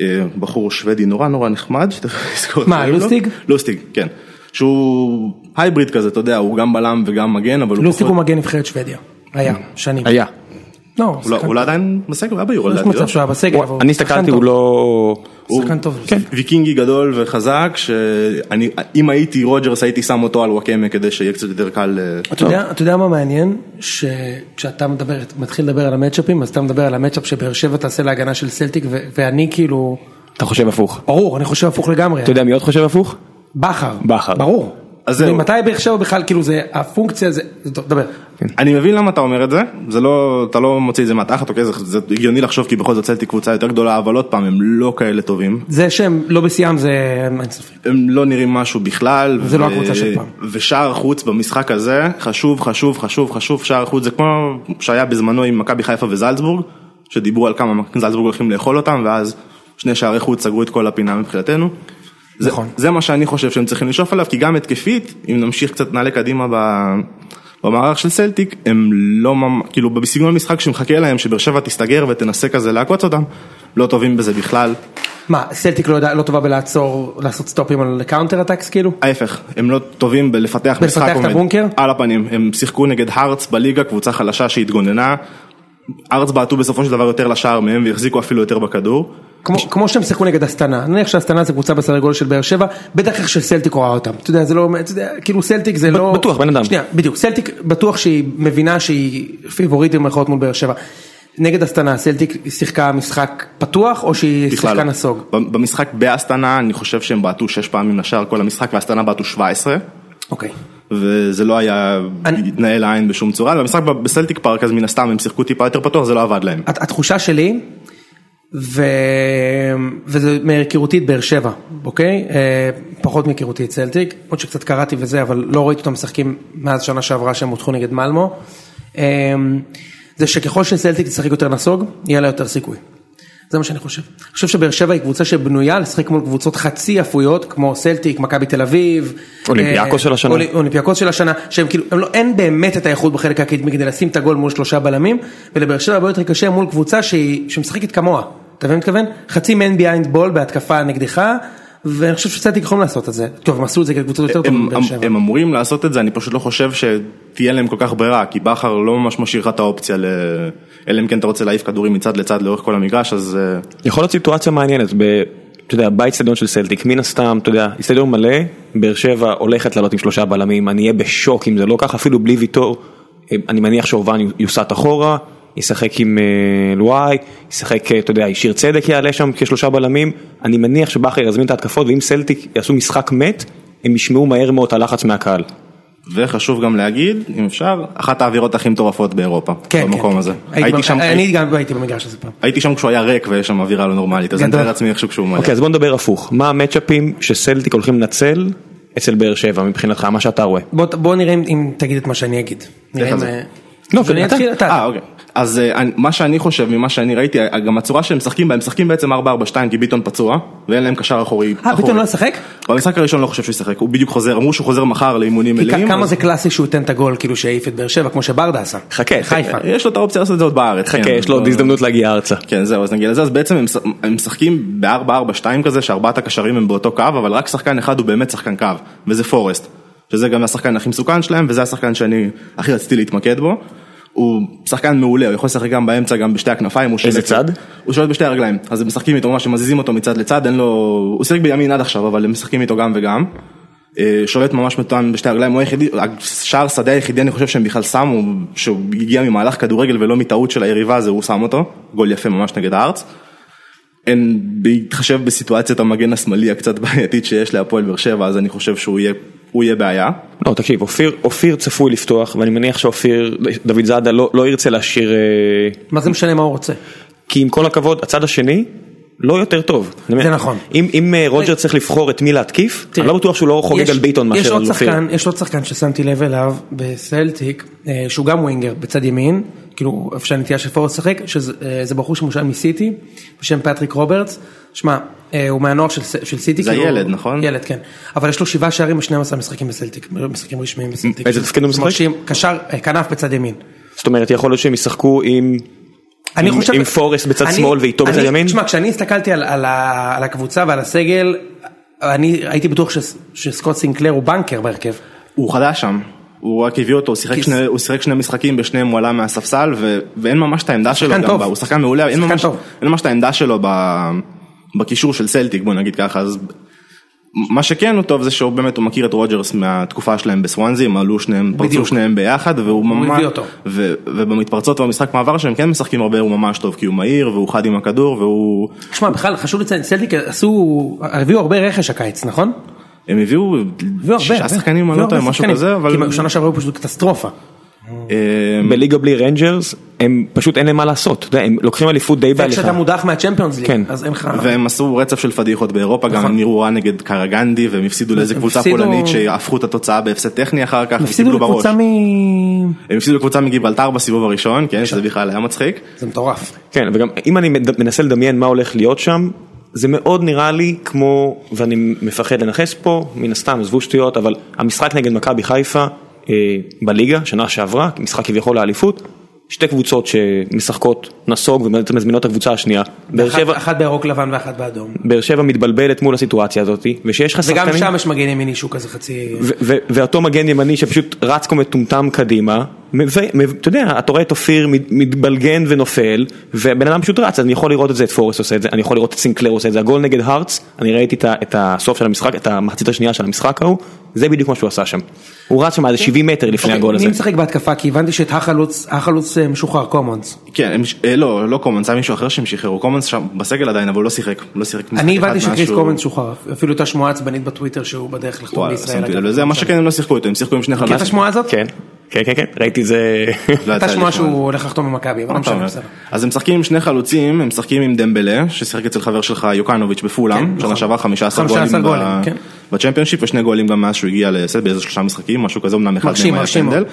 Speaker 3: אה, בחור שוודי נורא נורא נחמד, שתכף נזכור את
Speaker 1: מה,
Speaker 3: השם שלו.
Speaker 1: לוסטיג?
Speaker 3: לוסטיג, כן. שהוא הייבריד כזה, אתה יודע, הוא גם בלם וגם מגן, אבל לא, הוא
Speaker 1: לוסטיק הוא
Speaker 3: פחות-
Speaker 1: מגן נבחרת שוודיה. היה, שנים.
Speaker 2: היה.
Speaker 1: לא,
Speaker 3: הוא לא-
Speaker 1: שחקן-
Speaker 3: הוא לא עדיין בסגל, הוא היה ביורו
Speaker 1: יש
Speaker 3: לדעתי, לא?
Speaker 1: מצב שהוא היה בסגל.
Speaker 2: הוא-
Speaker 1: אבל הוא
Speaker 2: אני
Speaker 1: שחקן
Speaker 2: הסתכלתי,
Speaker 1: טוב.
Speaker 2: הוא לא...
Speaker 1: הוא שחקן טוב.
Speaker 3: כן. ויקינגי גדול וחזק, שאם הייתי רוג'רס הייתי שם אותו על וואקמה כדי שיהיה קצת יותר קל. אה,
Speaker 1: אתה יודע, אתה יודע מה מעניין? שכשאתה מדבר, מתחיל לדבר על המצ'אפים, אז אתה מדבר על המצ'אפ שבאר שבע תעשה להגנה של סלטיק, ו- ואני כאילו,
Speaker 2: אתה חושב הפוך.
Speaker 1: ברור, אני חושב הפוך לגמרי.
Speaker 2: אתה יודע מי עוד חושב הפוך?
Speaker 1: בכר.
Speaker 2: בכר.
Speaker 1: ברור.
Speaker 3: אז זהו.
Speaker 1: ממתי באר שבע בכלל, כאילו זה, הפונקציה זה, זה- טוב, דבר.
Speaker 3: אני מבין למה אתה אומר את זה, זה לא, אתה לא מוציא את זה מהתחת, אוקיי, זה, זה הגיוני לחשוב כי בכל זאת סלטיק קבוצה יותר גדולה, אבל עוד פעם, הם לא כאלה טובים.
Speaker 1: זה שהם לא בשיאם זה אין ספק.
Speaker 3: הם לא נראים משהו בכלל.
Speaker 1: זה לא הקבוצה של פעם.
Speaker 3: ושער חוץ במשחק הזה, חשוב, חשוב, חשוב, חשוב, שער חוץ זה כמו שהיה בזמנו עם מכבי חיפה וזלצבורג, שדיברו על כמה זלצבורג הולכים לאכול אותם, ואז שני שערי חוץ סגרו את כל הפינה מבחינתנו. זה,
Speaker 1: נכון.
Speaker 3: זה מה שאני חושב שהם צריכים לשאוף עליו, כי גם התקפית, אם נמשיך קצת נעלה קדימה ב... במערך של סלטיק, הם לא ממש, כאילו בסגנון משחק שמחכה להם, שבאר שבע תסתגר ותנסה כזה לעקוץ אותם, לא טובים בזה בכלל.
Speaker 1: מה, סלטיק לא, יודע, לא טובה בלעצור, לעשות סטופים על קאונטר אטקס כאילו?
Speaker 3: ההפך, הם לא טובים בלפתח משחק
Speaker 1: את הבונקר?
Speaker 3: על הפנים, הם שיחקו נגד הארץ בליגה, קבוצה חלשה שהתגוננה, הארץ בעטו בסופו של דבר יותר לשער מהם והחזיקו אפילו יותר בכדור.
Speaker 1: כמו, כמו שהם שיחקו נגד הסטנה, נניח שהסטנה זה קבוצה בסדר גודל של באר שבע, בטח איך שסלטיק רואה אותם, אתה יודע, זה לא, אתה יודע, כאילו סלטיק זה לא,
Speaker 2: בטוח, בן אדם.
Speaker 1: שנייה, בדיוק, סלטיק בטוח שהיא מבינה שהיא פיבוריטית במירכאות מול באר שבע, נגד הסטנה סלטיק שיחקה משחק פתוח או שהיא
Speaker 3: בכלל
Speaker 1: שיחקה
Speaker 3: לא.
Speaker 1: נסוג,
Speaker 3: ב- במשחק באסטנה אני חושב שהם בעטו 6 פעמים לשער כל המשחק ואסטנה בעטו 17
Speaker 1: אוקיי,
Speaker 3: וזה לא היה
Speaker 1: אני-
Speaker 3: נאה לעין בשום צורה, והמשחק ב- בסלטיק פארק אז מן הסתם הם שיחקו טיפה יותר פתוח זה לא עבד להם.
Speaker 1: הת- התחושה שלי, ו... וזה מהיכרותי את באר שבע, אוקיי? אה, פחות מהיכרותי את סלטיק, עוד שקצת קראתי וזה, אבל לא ראיתי אותם משחקים מאז שנה שעברה שהם הודחו נגד מלמו. אה, זה שככל שסלטיק תשחק יותר נסוג, יהיה לה יותר סיכוי. זה מה שאני חושב. אני חושב שבאר שבע היא קבוצה שבנויה לשחק מול קבוצות חצי אפויות, כמו סלטיק, מכבי תל אביב.
Speaker 2: אולימפיאקוס
Speaker 1: אה,
Speaker 2: של השנה.
Speaker 1: אולי- אולימפיאקוס של השנה, שהם כאילו, הם לא, אין באמת את האיכות בחלק הקדמי כדי לשים את הגול מול שלושה בלמים, ולבאר שבע הרבה יותר קשה מול קבוצה שהיא, שמשחקת כמוה, אתה מבין מה אני מתכוון? חצי מן ביינד בול בהתקפה נגדך, ואני חושב שצדיק יכולים לעשות את זה. טוב, הם עשו את זה כקבוצות יותר
Speaker 3: הם, אמ-
Speaker 1: טובות מבאר שבע.
Speaker 3: הם אמורים לעשות את זה, אני פשוט לא חושב שתהיה להם כל כך ברירה, כי בכר לא ממש משאיר לך את האופציה, ל... אלא אם כן אתה רוצה להעיף כדורים מצד לצד לאורך כל המגרש, אז אה,
Speaker 2: יכול להיות סיטואציה מעניינת, ב, אתה יודע, באיצטדיון של סלטיק, מן הסתם, אתה יודע, איצטדיון מלא, באר שבע הולכת לעלות עם שלושה בלמים, אני אהיה בשוק אם זה לא ככה, אפילו בלי ויטור, אה, אני מניח שאורבן יוסט אחורה, ישחק עם אה, לואי, ישחק, אה, אתה יודע, שיר צדק יעלה שם כשלושה בלמים, אני מניח שבכר יזמין את ההתקפות, ואם סלטיק יעשו משחק מת, הם ישמעו מהר מאוד את הלחץ מהקהל.
Speaker 3: וחשוב גם להגיד, אם אפשר, אחת האווירות הכי מטורפות באירופה,
Speaker 1: כן, כן,
Speaker 3: במקום
Speaker 1: כן.
Speaker 3: הזה.
Speaker 1: הייתי
Speaker 3: הייתי,
Speaker 1: במ-
Speaker 3: שם,
Speaker 1: אני גם הייתי במגרש הזה פעם.
Speaker 3: הייתי שם כשהוא היה ריק ויש שם אווירה לא נורמלית, אז אני
Speaker 1: גדול.
Speaker 3: מתאר לעצמי איכשהו כשהוא מלא.
Speaker 2: אוקיי, אז בוא נדבר הפוך, מה המצ'אפים שסלטיק הולכים לנצל אצל באר שבע מבחינתך, מה שאתה רואה?
Speaker 1: בוא- בוא נראה אם- אם תגיד את מה שאני אגיד. נראה
Speaker 3: לך
Speaker 1: אם,
Speaker 3: זה.
Speaker 1: אה,
Speaker 2: לא,
Speaker 1: אז אני
Speaker 2: אתה.
Speaker 1: אתחיל, אתה.
Speaker 3: אה, אוקיי. אז אה, אני- מה שאני חושב ממה שאני ראיתי, אה, גם הצורה שהם משחקים בה, הם משחקים בעצם 4-4-2 כי ביטון פצוע, ואין להם קשר אחורי.
Speaker 1: אה, ביטון
Speaker 3: אחורי.
Speaker 1: לא ישחק?
Speaker 3: במשחק הראשון לא חושב שהוא ישחק, הוא בדיוק חוזר, אמרו שהוא חוזר מחר לאימונים
Speaker 1: כי כ-
Speaker 3: מלאים.
Speaker 1: כמה
Speaker 3: אז-
Speaker 1: זה קלאסי שהוא ייתן את הגול, כאילו שהעיף את באר שבע, כמו שברדה עשה.
Speaker 2: חכה,
Speaker 1: חיפה.
Speaker 3: יש לו את האופציה לעשות את זה עוד בארץ.
Speaker 2: חכה,
Speaker 3: כן,
Speaker 2: יש לו עוד
Speaker 3: לא-
Speaker 2: הזדמנות להגיע ארצה.
Speaker 3: כן, זהו, אז נגיע לזה. אז בעצם הם מש- הם משחקים ב-4-4-2 כזה, שארבעת הקשרים הם באותו קו, אבל רק שחקן אחד הוא באמת שחקן קו, וזה פורסט. שזה גם השחקן הכי מסוכן שלהם, וזה השחקן שאני הכי רציתי להתמקד בו. הוא- הוא שחקן מעולה, הוא יכול לשחק גם באמצע, גם בשתי הכנפיים. הוא
Speaker 2: איזה
Speaker 3: שולט-
Speaker 2: צד?
Speaker 3: הוא שולט בשתי הרגליים, אז הם משחקים איתו ממש, הם מזיזים אותו מצד לצד, אין לו... הוא שיחק בימין עד עכשיו, אבל הם משחקים איתו גם וגם. אה, שולט ממש מתואם בשתי הרגליים, הוא היחידי, השער שדה היחידי אני חושב שהם בכלל שמו, שהוא הגיע ממהלך כדורגל ולא מטעות של היריבה הזה, הוא שם אותו, גול יפה ממש נגד הארץ. אין, בהתחשב בסיטואציית המגן השמאלי הקצת בעייתית שיש להפועל באר שבע, אז אני חושב שהוא יהיה, הוא יהיה בעיה.
Speaker 2: לא, תקשיב, אופיר, אופיר צפוי לפתוח, ואני מניח שאופיר, דוד זאדה לא, לא ירצה להשאיר, אה,
Speaker 1: מה זה משנה מה הוא רוצה?
Speaker 2: כי עם כל הכבוד, הצד השני לא יותר טוב. אני אומר,
Speaker 1: נכון.
Speaker 2: אם, אם אה, רוג'ר צריך לבחור את מי להתקיף,
Speaker 1: תראה,
Speaker 2: אני לא בטוח שהוא לא חוגג
Speaker 1: יש-
Speaker 2: על ביטון
Speaker 1: יש
Speaker 2: מאשר
Speaker 1: עוד
Speaker 2: על אופיר.
Speaker 1: שחקן, יש עוד שחקן ששמתי לב אליו בסלטיק, אה, שהוא גם ווינגר בצד ימין, כאילו איפה שהנטייה של פורס לשחק, שזה אה, זה בחור שמושל מסיטי, בשם פטריק רוברטס, שמע, אה, הוא מהנוער של ס- של סיטי,
Speaker 3: זה
Speaker 1: כאילו-
Speaker 3: ילד, נכון?
Speaker 1: ילד, כן, אבל יש לו שבעה שערים ב-12 משחקים בסלטיק, משחקים רשמיים בסלטיק.
Speaker 2: איזה תפקיד הוא משחק?
Speaker 1: מרשים, קשר, אה, כנף בצד ימין.
Speaker 2: זאת אומרת, יכול להיות שהם ישחקו עם...
Speaker 1: אני
Speaker 2: עם-
Speaker 1: חושב...
Speaker 2: עם פורסט בצד
Speaker 1: אני-
Speaker 2: שמאל ואיתו בצד
Speaker 1: אני-
Speaker 2: ימין?
Speaker 1: תשמע, כשאני הסתכלתי על, על, ה- על הקבוצה ועל הסגל, אני הייתי בטוח ש, שסקוט סינקלר הוא בנקר בהרכב.
Speaker 3: הוא חדש שם, הוא רק הביא אותו, הוא שיחק,
Speaker 1: כיס.
Speaker 3: שני, הוא שיחק שני משחקים, בשניהם הוא עלה מהספסל ו, ואין ממש את העמדה שלו,
Speaker 1: שחקן
Speaker 3: גם
Speaker 1: טוב.
Speaker 3: בה, הוא שחקן מעולה, אין
Speaker 1: שחקן
Speaker 3: ממש,
Speaker 1: טוב.
Speaker 3: אין ממש את העמדה שלו ב, בקישור של סלטיק בוא נגיד ככה, אז מה שכן הוא טוב זה שהוא באמת הוא מכיר את רוג'רס מהתקופה שלהם בסוואנזי, הם עלו שניהם, פרצו
Speaker 1: בדיוק.
Speaker 3: שניהם ביחד, והוא ממש,
Speaker 1: הביא אותו.
Speaker 3: ו, ובמתפרצות ובמשחק מעבר שהם כן משחקים הרבה, הוא ממש טוב כי הוא מהיר והוא חד עם הכדור והוא,
Speaker 1: תשמע, בכלל חשוב לציין, סלטיק עשו, הביאו הרבה רכש הקיץ, נכון?
Speaker 3: הם הביאו
Speaker 1: הביאו הרבה.
Speaker 3: שישה
Speaker 1: הרבה.
Speaker 3: שחקנים, אם אני
Speaker 1: הביאו
Speaker 3: לא
Speaker 1: הרבה
Speaker 3: טועה, משהו
Speaker 1: שחקנים.
Speaker 3: כזה, אבל,
Speaker 1: כי בשנה שעברה הוא פשוט קטסטרופה.
Speaker 3: אה,
Speaker 2: בליגה בלי רנג'רס, הם פשוט אין להם מה לעשות, אתה יודע, הם לוקחים אליפות
Speaker 3: כן,
Speaker 2: די
Speaker 1: כשאתה
Speaker 3: נכון.
Speaker 2: בהליכה.
Speaker 1: מודח מהצ'מפיונס ליג,
Speaker 2: כן.
Speaker 1: אז אין לך...
Speaker 3: והם עשו רצף של פדיחות באירופה, גם הם נראו רע נגד קרגנדי, והם הפסידו לאיזה
Speaker 1: נכון. הם
Speaker 3: קבוצה
Speaker 1: הפסידו-
Speaker 3: פולנית שהפכו את התוצאה בהפסד טכני אחר כך,
Speaker 1: הפסידו
Speaker 3: וקיבלו בראש.
Speaker 1: לקבוצה מ...
Speaker 3: הם הפסידו לקבוצה מגיברלטר בסיבוב הראשון, כן, שזה בכלל היה מצחיק.
Speaker 1: זה מטורף.
Speaker 2: כן, וגם אם אני מד- מנסה לדמיין מה הולך להיות שם, זה מאוד נראה לי כמו, ואני מפחד לנכס פה, מן הסתם, עזבו שטויות, אבל המשחק נגד מכבי חיפה אה, בליגה, שנה שעברה, משחק כביכול לאליפות, שתי קבוצות שמשחקות נסוג ומזמינות את הקבוצה השנייה. באר
Speaker 1: אחת-
Speaker 2: שבע-
Speaker 1: אחת בירוק לבן ואחת באדום.
Speaker 2: באר שבע מתבלבלת מול הסיטואציה הזאת, ושיש לך שחקנים...
Speaker 1: וגם שם יש מגן ימיני שהוא כזה חצי...
Speaker 2: ו- ו- ואותו מגן ימני שפשוט רץ כמו מטומטם קדימה, מ- ו- מ- אתה יודע, אתה רואה את אופיר מת- מתבלגן ונופל, ובן אדם פשוט רץ, אז אני יכול לראות את זה, את פורס עושה את זה, אני יכול לראות את סינקלר עושה את זה, הגול נגד הארץ, אני ראיתי את ה- את הסוף של המשחק, את המחצית השנייה של המשחק ההוא, זה בדיוק מה שהוא עשה שם. הוא רץ שם איזה 70 מטר לפני
Speaker 1: אוקיי,
Speaker 2: הגול הזה.
Speaker 1: מי משחק בהתקפה? כי הבנתי שאת החלוץ, החלוץ אה, משוחרר, קומונס.
Speaker 3: כן, הם, ש- אה, לא, לא קומנס, היה מישהו אחר שהם שחררו, קומנס שם בסגל עדיין, אבל הוא לא שיחק, הוא לא שיחק. משחק
Speaker 1: אני
Speaker 3: אחד
Speaker 1: הבנתי
Speaker 3: מאז
Speaker 1: שקריס
Speaker 3: שהוא-
Speaker 1: קומונס שוחרר, אפילו הייתה שמועה עצבנית בטוויטר שהוא בדרך לחתום
Speaker 3: וואלה,
Speaker 1: בישראל.
Speaker 3: שמתי
Speaker 1: אגב.
Speaker 3: לב לזה, מה שכן הם לא שיחקו איתו, הם שיחקו עם שני
Speaker 1: מכיר את
Speaker 3: חלשים.
Speaker 1: השמועה הזאת?
Speaker 2: כן, כן, כן, כן, ראיתי את זה.
Speaker 3: לא יצא
Speaker 1: הייתה
Speaker 3: לי
Speaker 1: שמועה
Speaker 3: לשמוע. אה,
Speaker 1: שהוא הולך לחתום במכבי, אבל לא משנה, בסדר.
Speaker 3: אז הם משחקים עם שני חלוצים, הם משחקים עם דמבלה, ששיחק אצל חבר שלך יוקנוביץ' בפולאם, שנה שעברה 15
Speaker 1: 15
Speaker 3: גולים
Speaker 1: גולים,
Speaker 3: ב-
Speaker 1: כן.
Speaker 3: בצ'מפיונשיפ, ושני גולים גם מאז שהוא הגיע לסט באיזה שלושה משחקים, משהו כזה, אמנם אחד
Speaker 1: מרשים,
Speaker 3: מהם היה
Speaker 1: מרשים
Speaker 3: פנדל.
Speaker 1: מאוד.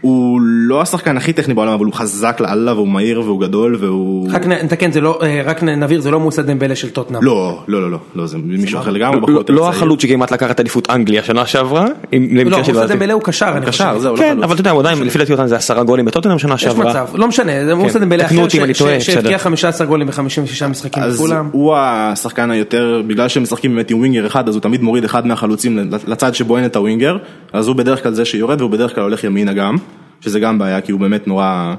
Speaker 3: הוא לא השחקן הכי טכני בעולם, אבל הוא חזק לאללה, והוא מהיר, והוא גדול, והוא...
Speaker 1: רק נ- נתקן, זה לא, אה, רק נ- נבהיר, זה לא מוסא דמבלה של טוטנאם.
Speaker 3: לא, לא, לא, לא, לא, זה מישהו אחר לגמרי, בחור
Speaker 2: לא
Speaker 3: יותר
Speaker 2: לא
Speaker 3: צעיר.
Speaker 2: החלוץ שכמעט לקח את אליפות אנגליה שנה שעברה, עם-
Speaker 1: לא,
Speaker 2: למקרה
Speaker 1: מוסא
Speaker 2: שהתבלבלתי.
Speaker 1: דמבלה הוא קשר, אני חושב.
Speaker 3: קשר, זהו, לא
Speaker 2: כן,
Speaker 3: חלוץ.
Speaker 2: אבל אתה יודע, הוא עדיין, לפי דעתי אותם זה עשרה גולים בטוטנאם שנה
Speaker 1: יש
Speaker 2: שעברה. כן.
Speaker 1: מצב, לא משנה, זה מוסא דמבלה אחר
Speaker 2: תקנו אותי אם אני
Speaker 1: ש-
Speaker 2: טועה,
Speaker 1: ש-
Speaker 2: בסדר.
Speaker 1: שהבקיע 15 גולים ב-56 משחקים
Speaker 3: אז
Speaker 1: לכולם.
Speaker 3: הוא השחקן היותר, בגלל שהם משחקים באמת עם ווינגר אחד, אז הוא תמיד מוריד אחד מהחלוצים לצד שבו אין את הווינגר, אז הוא בדרך כלל זה שיורד, והוא בדרך כלל הולך ימינה גם, שזה גם בעיה, כי הוא באמת נורא,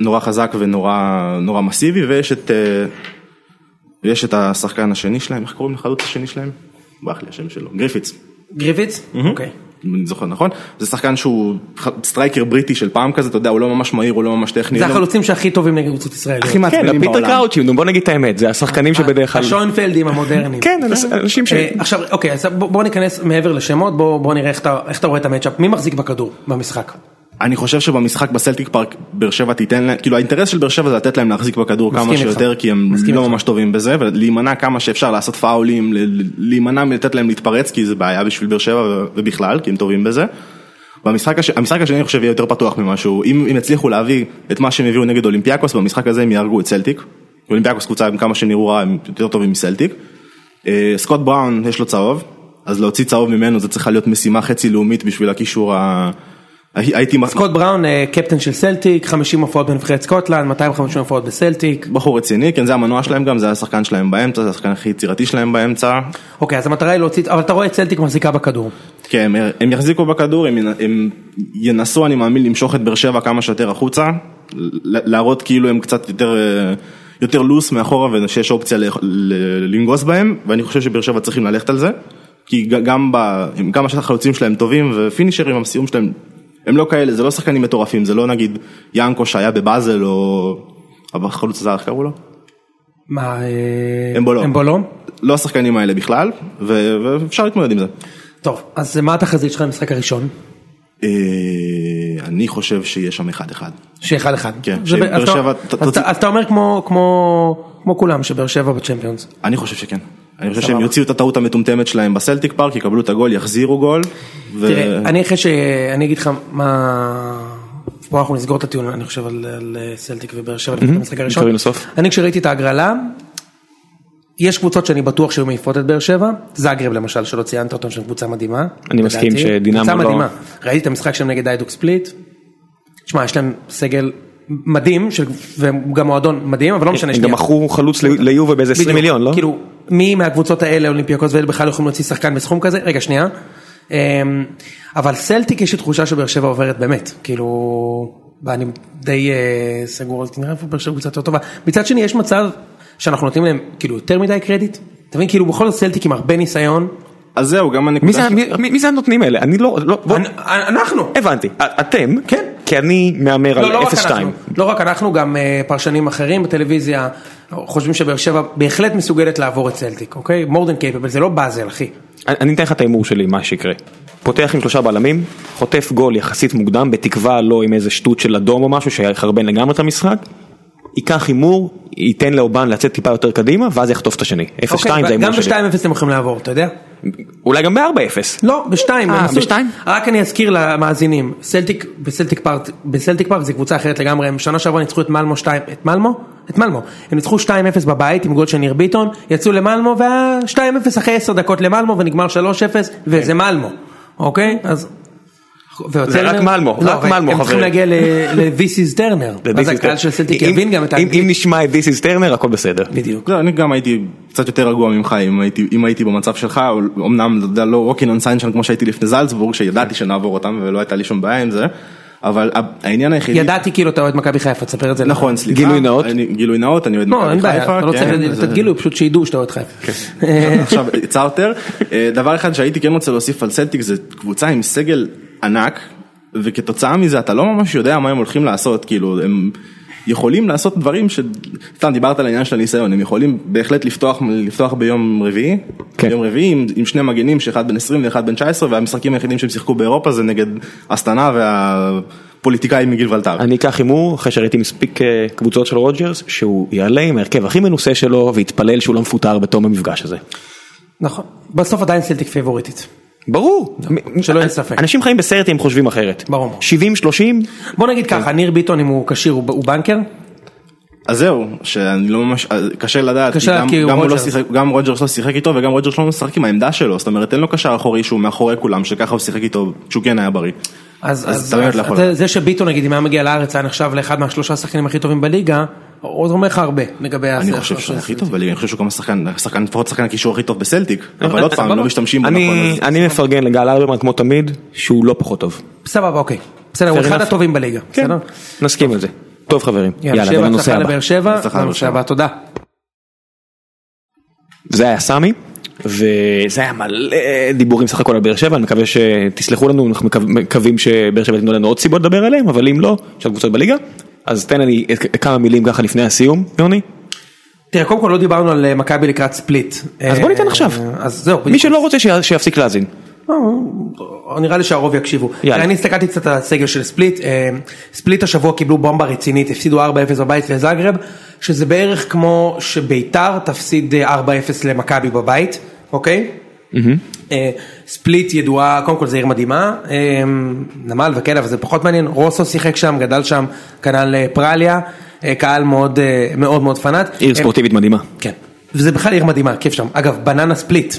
Speaker 3: נורא חזק ונורא נורא מסיבי, ויש את, אה, יש את השחקן השני שלהם, איך קוראים לחלוץ השני שלהם? ברח לי השם שלו, גריפיץ.
Speaker 1: גריביץ? אוקיי.
Speaker 3: אם אני זוכר נכון, זה שחקן שהוא ח- סטרייקר בריטי של פעם כזה, אתה יודע, הוא לא ממש מהיר, הוא לא ממש טכני.
Speaker 1: זה
Speaker 3: לא-
Speaker 1: החלוצים שהכי טובים נגד קבוצות אה, ישראליות.
Speaker 3: הכי
Speaker 2: כן,
Speaker 3: מעצבנים
Speaker 2: הפיטר
Speaker 3: בעולם.
Speaker 2: קראוצ'ים, נו בוא נגיד את האמת, זה השחקנים שבדרך כלל...
Speaker 1: השוינפלדים המודרניים.
Speaker 2: כן, אנס- אנשים ש...
Speaker 1: אה, עכשיו אוקיי אז בוא בוא ניכנס מעבר לשמות בוא בוא נראה איך אתה- איך אתה רואה את המצ'אפ מי מחזיק בכדור במשחק.
Speaker 3: אני חושב שבמשחק בסלטיק פארק באר שבע תיתן להם, כאילו האינטרס של באר שבע זה לתת להם להחזיק בכדור
Speaker 1: מסכים
Speaker 3: כמה
Speaker 1: איתך.
Speaker 3: שיותר, כי הם
Speaker 1: מסכים
Speaker 3: לא
Speaker 1: איתך.
Speaker 3: ממש טובים בזה, ולהימנע כמה שאפשר לעשות פאולים, ל- ל- להימנע מלתת להם להתפרץ, כי זה בעיה בשביל באר שבע ו- ובכלל, כי הם טובים בזה. במשחק הש... המשחק השני אני חושב יהיה יותר פתוח ממשהו, אם אם יצליחו להביא את מה שהם הביאו נגד אולימפיאקוס, במשחק הזה הם יהרגו את סלטיק. אולימפיאקוס קבוצה עם כמה שנראו רע הם יותר טובים מסלטיק. אה, סקוט בראון יש לו צהוב, אז להוציא צהוב ממנו זה צריכה להיות משימה חצי לאומית בשביל הקישור ה... הי- הייתי מח-
Speaker 1: סקוט בראון, אה, קפטן של סלטיק, 50 הופעות בנבחרת סקוטלנד, 250 הופעות בסלטיק.
Speaker 3: בחור רציני, כן, זה המנוע שלהם גם, זה השחקן שלהם באמצע, זה השחקן הכי יצירתי שלהם באמצע.
Speaker 1: אוקיי, אז המטרה היא להוציא, אבל אתה רואה את סלטיק מחזיקה בכדור.
Speaker 3: כן, הם, הם יחזיקו בכדור, הם, ינ- הם ינסו, אני מאמין, למשוך את באר שבע כמה שיותר החוצה, ל- להראות כאילו הם קצת יותר, אה, יותר לוס מאחורה ושיש אופציה ל- ל- לנגוס בהם, ואני חושב שבאר שבע צריכים ללכת על זה, כי ג- גם ב... עם כמה שהחלוצים שלהם טובים ופינישרים, הסיום שלהם, הם לא כאלה, זה לא שחקנים מטורפים, זה לא נגיד ינקו שהיה בבאזל או... החלוץ הזה, לא. איך קראו לו?
Speaker 1: מה, אה,
Speaker 3: אמבולו.
Speaker 1: אמבולו?
Speaker 3: לא השחקנים האלה בכלל, ו- ואפשר להתמודד עם זה.
Speaker 1: טוב, אז מה התחזית שלך למשחק הראשון?
Speaker 3: אה, אני חושב שיש שם אחד אחד.
Speaker 1: שאחד אחד.
Speaker 3: כן,
Speaker 1: זה ב-
Speaker 3: שבאר
Speaker 1: אז אתה-
Speaker 3: שבע-
Speaker 1: אז
Speaker 3: ת-
Speaker 1: אתה-
Speaker 3: תוציא-
Speaker 1: אז אתה אומר כמו- כמו כמו כולם, שבאר שבע בצ'מפיונס.
Speaker 3: אני חושב שכן. אני חושב שהם
Speaker 1: סבבה.
Speaker 3: יוציאו את הטעות המטומטמת שלהם בסלטיק פארק, יקבלו את הגול, יחזירו גול. ו-
Speaker 1: תראה, אני אחרי ש... אני אגיד לך מה... פה אנחנו נסגור את הטיעון, אני חושב, על, על אה, סלטיק ובאר שבע לפני המשחק הראשון.
Speaker 2: קוראים לסוף.
Speaker 1: אני כשראיתי את ההגרלה, יש קבוצות שאני בטוח שהיו מעיפות את באר שבע, זאגרב למשל, שלא ציינת אותם, שהם קבוצה מדהימה.
Speaker 2: אני מסכים
Speaker 1: לדעתי.
Speaker 2: שדינמו
Speaker 1: קבוצה
Speaker 2: לא-
Speaker 1: מדהימה. ראיתי את המשחק שלהם נגד איידוק ספליט. תשמע, יש להם סגל מדהים, של... והם גם מועדון מדהים, אבל לא משנה.
Speaker 2: הם גם
Speaker 1: שנייה.
Speaker 2: מכרו חלוץ לי- ליובה באיזה 20
Speaker 1: בדיוק.
Speaker 2: מיליון, לא?
Speaker 1: כאילו, מי מהקבוצות האלה, אולימפיאקוס ואלה בכלל יכולים להוציא שחקן בסכום כזה? רגע, שנייה. אמ, אבל סלטיק יש לי תחושה שבאר שבע עוברת באמת, כאילו, ואני די אה, סגור, אז נראה איפה באר שבע קבוצה יותר טובה. מצד שני, יש מצב שאנחנו נותנים להם כאילו יותר מדי קרדיט, אתה מבין? כאילו, בכל זאת סלטיק עם הרבה ניסיון.
Speaker 3: אז זהו, גם
Speaker 2: מי
Speaker 3: הנקודה...
Speaker 2: זה-
Speaker 3: של-
Speaker 2: מי- מי מי זה הנותנים האלה? אני לא... לא- בוא-
Speaker 1: אנ- אנחנו.
Speaker 2: הבנתי. א- אתם?
Speaker 1: כן.
Speaker 2: כי אני מהמר
Speaker 1: לא, לא
Speaker 2: על
Speaker 1: רק
Speaker 2: 0-2.
Speaker 1: אנחנו, לא רק אנחנו, גם אה, פרשנים אחרים בטלוויזיה חושבים שבאר שבע בהחלט מסוגלת לעבור את סלטיק, אוקיי? מורדן קייפבל, זה לא באזל, אחי.
Speaker 2: אני אני אתן לך את ההימור שלי, מה שיקרה. פותח עם שלושה בלמים, חוטף גול יחסית מוקדם, בתקווה לא עם איזה שטות של אדום או משהו שיחרבן לגמרי את המשחק. ייקח הימור, ייתן לאובן לצאת טיפה יותר קדימה, ואז יחטוף את השני. 0-2 זה
Speaker 1: אוקיי,
Speaker 2: ההימור שלי.
Speaker 1: גם ב-2-0 אתם יכולים לעבור, אתה יודע?
Speaker 2: אולי גם ב-4-0.
Speaker 1: לא, ב-2.
Speaker 2: בשתיים?
Speaker 1: רק אני אזכיר למאזינים, סלטיק בסלטיק פארק, בסלטיק פארק זה קבוצה אחרת לגמרי, הם שנה שעברה ניצחו את מלמו 2, את מלמו? את מלמו. הם ניצחו 2-0 בבית עם גול של ניר ביטון, יצאו למלמו והיה 2-0 אחרי 10 דקות למלמו ונגמר 3-0 וזה מלמו, אוקיי? אז...
Speaker 2: כן. זה רק מלמו,
Speaker 1: לא,
Speaker 2: רק
Speaker 1: אבל
Speaker 2: מלמו,
Speaker 1: הם צריכים
Speaker 2: חברים.
Speaker 1: להגיע ל-VC's טרנר,
Speaker 2: זה
Speaker 1: אז
Speaker 2: This is
Speaker 1: הקהל
Speaker 2: Turner.
Speaker 1: של סלטיק
Speaker 2: אם-
Speaker 1: יבין גם את
Speaker 2: אם- אם נשמע את This is Turner הכל בסדר.
Speaker 1: בדיוק.
Speaker 3: לא, אני גם הייתי קצת יותר רגוע ממך אם הייתי, אם הייתי במצב שלך, או- אמנם אתה יודע, לא רוקינג און סנשן כמו שהייתי לפני זלצבורג, שידעתי שנעבור אותם ולא הייתה לי שום בעיה עם זה, אבל ה- העניין היחידי...
Speaker 1: ידעתי כאילו אתה אוהד מכבי חיפה, תספר את זה.
Speaker 3: נכון, סליחה.
Speaker 2: גילוי נאות?
Speaker 3: אני, גילוי נאות, אני אוהד
Speaker 1: לא, אין
Speaker 3: מכבי
Speaker 1: בעיה,
Speaker 3: חיפה.
Speaker 1: אתה לא צריך,
Speaker 3: כן,
Speaker 1: להגיד-
Speaker 3: זה- כן.
Speaker 1: תגילו פשוט שידעו שאתה אוהד חיפה.
Speaker 3: עכשיו צרטר. אה, דבר אחד שהייתי כן רוצה להוסיף על סלטיק זה קבוצה עם סגל ענק, וכתוצאה מזה אתה לא ממש יודע מה הם הולכים לעשות, כאילו הם יכולים לעשות דברים ש... סתם דיברת על העניין של הניסיון, הם יכולים בהחלט לפתוח, לפתוח ביום רביעי,
Speaker 2: כן.
Speaker 3: ביום רביעי עם, עם שני מגנים שאחד בן 20 ואחד בן 19, והמשחקים היחידים שהם שיחקו באירופה זה נגד אסטנה והפוליטיקאים מגיל ולטר.
Speaker 2: אני אקח הימור אחרי שראיתי מספיק אה, קבוצות של רוג'רס שהוא יעלה עם ההרכב הכי מנוסה שלו ויתפלל שהוא לא מפוטר בתום המפגש הזה.
Speaker 1: נכון, בסוף עדיין סלטיק פייבוריטית. נכון.
Speaker 2: ברור.
Speaker 1: שלא יהיה ספק.
Speaker 2: אנשים חיים בסרט אם חושבים אחרת.
Speaker 1: ברור.
Speaker 2: 70-30
Speaker 1: בוא נגיד ככה,
Speaker 3: כן.
Speaker 1: ניר ביטון אם הוא כשיר הוא הוא בנקר,
Speaker 3: אז זהו, שאני לא ממש, אז קשה לדעת,
Speaker 1: קשה
Speaker 3: כי
Speaker 1: לדעת, כי
Speaker 3: גם,
Speaker 1: הוא
Speaker 3: גם, הוא לא
Speaker 1: רוג'רס.
Speaker 3: שיחק, גם רוג'רס לא שיחק איתו וגם רוג'רס לא משחק עם העמדה שלו, זאת אומרת אין לו קשר אחורי שהוא מאחורי כולם, שככה הוא שיחק איתו, שהוא כן היה בריא.
Speaker 1: אז
Speaker 3: אז
Speaker 1: אז-
Speaker 3: אתה באמת לא
Speaker 1: אז
Speaker 3: יכול
Speaker 1: זה-
Speaker 3: לדעת.
Speaker 1: זה שביטון נגיד אם היה מגיע לארץ היה נחשב לאחד מהשלושה השחקנים הכי טובים בליגה, עוד אומר לך הרבה לגבי
Speaker 3: אני
Speaker 1: השחקן
Speaker 3: חושב שהוא
Speaker 1: של
Speaker 3: הכי
Speaker 1: סלטיק.
Speaker 3: טוב בליגה, אני חושב שהוא גם השחקן, השחקן, לפחות שחקן הקישור הכי טוב בסלטיק,
Speaker 1: אה,
Speaker 3: אבל עוד פעם, לא משתמשים בו
Speaker 2: אני-
Speaker 3: נכון. אז-
Speaker 2: אני מפרגן לגל אלברמן כמו תמיד שהוא לא פחות טוב.
Speaker 1: סבבה אוקיי, בסדר הוא
Speaker 2: Fair
Speaker 1: אחד
Speaker 2: enough.
Speaker 1: הטובים בליגה,
Speaker 3: כן.
Speaker 1: בסדר?
Speaker 2: נסכים על זה. טוב חברים.
Speaker 1: יאללה,
Speaker 2: כן. יאללה
Speaker 1: שבע
Speaker 2: ולנושא
Speaker 1: הצלחה
Speaker 2: הבא.
Speaker 1: לבאר שבע,
Speaker 3: הצלחה לבאר
Speaker 1: לנושא
Speaker 3: שבע.
Speaker 1: הבא, תודה.
Speaker 2: זה היה סמי. וזה היה מלא דיבורים סך הכל על באר שבע, אני מקווה שתסלחו לנו, אנחנו מקו- מקווים שבאר שבע תיתנו לנו עוד סיבות לדבר עליהם, אבל אם לא, יש עוד קבוצות בליגה, אז תן לי את- כמה מילים ככה לפני הסיום, יוני.
Speaker 1: תראה קודם כל לא דיברנו על אה, מכבי לקראת ספליט.
Speaker 2: אז בוא ניתן
Speaker 1: אה,
Speaker 2: עכשיו.
Speaker 1: אז זהו,
Speaker 2: מי שלא רוצה שיה- שיפסיק להאזין.
Speaker 1: לא, אה, נראה לי שהרוב יקשיבו.
Speaker 2: יאללה.
Speaker 1: אני הסתכלתי קצת על הסגל של ספליט, אה, ספליט השבוע קיבלו בומבה רצינית, הפסידו 4-0 בבית לזאגרב, שזה בערך כמו שביתר תפסיד אה, 4-0 למכבי בבית, אוקיי? אה, ספליט ידועה, קודם כל זו עיר מדהימה, אה, נמל וכאלה, אבל זה פחות מעניין, רוסו שיחק שם, גדל שם, כנ"ל אה, פרליה, אה, קהל מאוד אה, מאוד מאוד פנאט.
Speaker 2: עיר
Speaker 1: הם-
Speaker 2: ספורטיבית מדהימה.
Speaker 1: כן. וזה בכלל עיר מדהימה, כיף שם. אגב, בננה ספליט,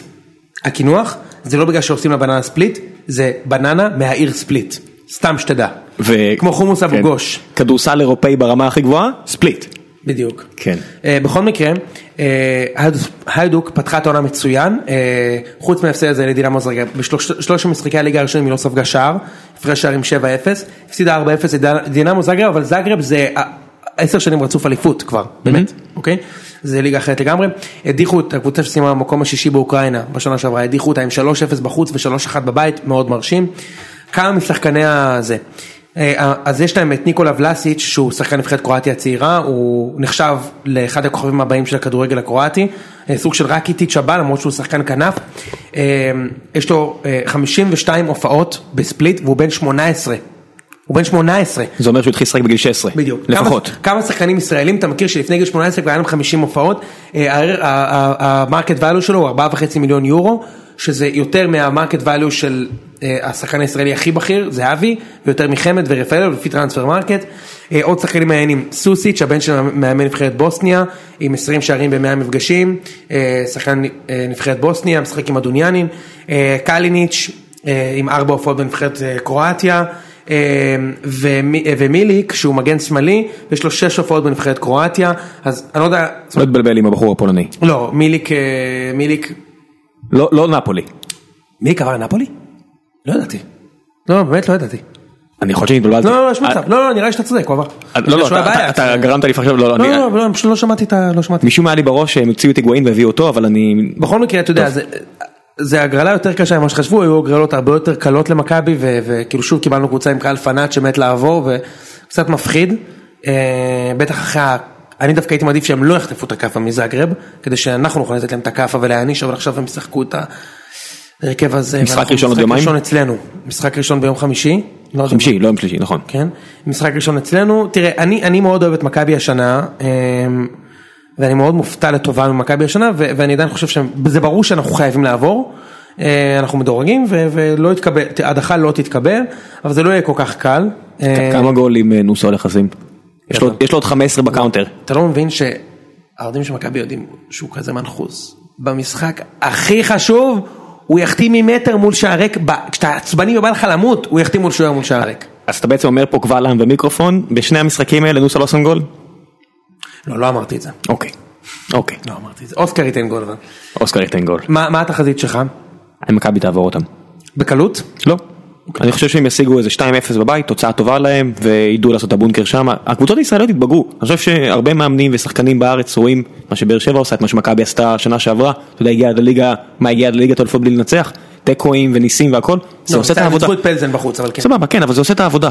Speaker 1: הקינוח, זה לא בגלל שעושים לה בננה ספליט, זה בננה מהעיר ספליט. סתם שתדע.
Speaker 2: ו-
Speaker 1: כמו חומוס אבו
Speaker 2: כן.
Speaker 1: גוש.
Speaker 2: כדורסל אירופאי ברמה הכי גבוהה, ספליט.
Speaker 1: בדיוק.
Speaker 2: כן.
Speaker 1: אה, בכל מקרה, אה, הייד- היידוק פתחה את העונה מצוין, אה, חוץ מההפסד הזה לדינמו זרגה. בשלוש משחקי הליגה הראשונים היא לא ספגה שער, הפרש שערים 7-0, הפסידה 4-0 לדינמו זגרב, אבל זגרב זה אה, עשר שנים רצוף אליפות כבר, באמת, אוקיי? זה ליגה אחרת לגמרי. הדיחו את הקבוצה שסיימה במקום השישי באוקראינה בשנה שעברה, הדיחו אותה עם 3-0 בחוץ ו-3-1 בבית, מאוד מרשים. כמה משחקני הזה. אה, אז יש להם את ניקולה ולסיץ' שהוא שחקן נבחרת קרואטיה הצעירה, הוא נחשב לאחד הכוכבים הבאים של הכדורגל הקרואטי, אה, סוג של רקיטיץ' הבא למרות שהוא שחקן כנף, אה, יש לו אה, 52 הופעות בספליט והוא בן 18, הוא בן 18,
Speaker 2: זה אומר שהוא התחיל לשחק בגיל 16.
Speaker 1: בדיוק.
Speaker 2: לפחות. לא
Speaker 1: כמה, כמה שחקנים ישראלים אתה מכיר שלפני גיל 18 כבר היה להם 50 הופעות, אה, ה- ה- ה- המרקט value שלו הוא 4.5 מיליון יורו, שזה יותר מהמרקט value של אה, השחקן הישראלי הכי בכיר, זהבי, ויותר מחמד ורפאלו לפי טרנספר מרקט. אה, עוד שחקנים מעניינים, סוסיץ', הבן של מאמן נבחרת בוסניה, עם 20 שערים ב-100 מפגשים, אה, שחקן אה, נבחרת בוסניה, משחק עם אדוניאנין, אה, קליניץ', אה, עם ארבע הופעות בנבחרת אה, קרואטיה, אה, ומי- אה, ומיליק שהוא מגן שמאלי, יש לו שש הופעות בנבחרת קרואטיה, אז אני לא יודע,
Speaker 2: לא התבלבל עם הבחור הפולני.
Speaker 1: לא, מיליק, אה, מיליק,
Speaker 2: לא לא נפולי.
Speaker 1: מיליק עבר לנפולי? לא ידעתי. לא, באמת לא ידעתי.
Speaker 2: אני יכול להיות שהתבלבלתי.
Speaker 1: לא, לא, לא, יש
Speaker 2: אה,
Speaker 1: מצב, לא, לא, נראה לי שאתה צודק, הוא עבר.
Speaker 2: אה, לא, לא,
Speaker 1: יש לו
Speaker 2: אתה-
Speaker 1: בעיה.
Speaker 2: אתה- אתה גרמת לי לחשוב, לא, לא,
Speaker 1: לא,
Speaker 2: אני-
Speaker 1: לא, לא, פשוט לא שמעתי את ה... לא שמעתי.
Speaker 2: משום מה היה לי בראש שהם הוציאו את היגואין והביאו אותו, אבל אני...
Speaker 1: בכל מקרה, אתה יודע, זה- זה הגרלה יותר קשה ממה שחשבו, היו הגרלות הרבה יותר קלות למכבי, ו- וכאילו שוב קיבלנו קבוצה עם קהל פנאט שמת לעבור, וקצת מפחיד. אה, בטח אחרי ה... אני דווקא הייתי מעדיף שהם לא יחטפו את הכאפה מזאגרב, כדי שאנחנו נוכל לתת להם את הכאפה ולהעניש, אבל עכשיו הם ישחקו את ההרכב הזה.
Speaker 2: משחק
Speaker 1: ואנחנו-
Speaker 2: ראשון עוד יומיים?
Speaker 1: משחק ראשון אצלנו. משחק ראשון ביום חמישי. לא יודע.
Speaker 2: חמישי, לא יום שלישי, נכון.
Speaker 1: כן? משחק ראשון אצלנו, תראה, אני, אני מאוד אוהב את מכבי השנה, אמ, ואני מאוד מופתע לטובה ממכבי השנה, ו- ואני עדיין חושב שזה ברור שאנחנו חייבים לעבור, אה, אנחנו מדורגים, ו- ולא יתקבל, ת- ההדחה לא תתקבל, אבל זה לא יהיה כל כך קל. אה,
Speaker 2: כמה גולים אה, נוסו הולך לשים? יש לו- יש לו עוד 15 בקאונטר.
Speaker 1: אתה לא מבין שהאוהדים של מכבי יודעים שהוא כזה מנחוס. במשחק הכי חשוב, הוא יחטיא ממטר מול שער ריק, ב- כשאתה עצבני ובא לך למות, הוא יחטיא מול שוער מול שער ריק.
Speaker 2: אז אתה בעצם אומר פה קבל עם ומיקרופון, בשני המשחקים האלה נוסו לא שם גול?
Speaker 1: לא, לא אמרתי את זה.
Speaker 2: אוקיי. אוקיי.
Speaker 1: לא אמרתי את זה. אוסקר ייתן גול אבל.
Speaker 2: אוסקר ייתן גול.
Speaker 1: מה, מה התחזית שלך?
Speaker 2: מכבי תעבור אותם.
Speaker 1: בקלות?
Speaker 2: לא.
Speaker 1: אוקיי.
Speaker 2: אני חושב שהם ישיגו איזה 2-0 בבית, תוצאה טובה להם, וידעו לעשות את הבונקר שם. הקבוצות הישראליות התבגרו. אני חושב שהרבה מאמנים ושחקנים בארץ רואים מה שבאר שבע עושה, את מה שמכבי עשתה שנה שעברה. אתה יודע, הגיעה עד הליגה, מה הגיעה עד לליגת האלופות בלי לנצח? תיקואים וניסים והכל. זה
Speaker 1: לא,
Speaker 2: עושה את
Speaker 1: בסדר,
Speaker 2: העבודה.
Speaker 1: ניצחו את פלזן בחוץ, אבל כן.
Speaker 2: סבבה, כן, אבל זה עושה את העבודה.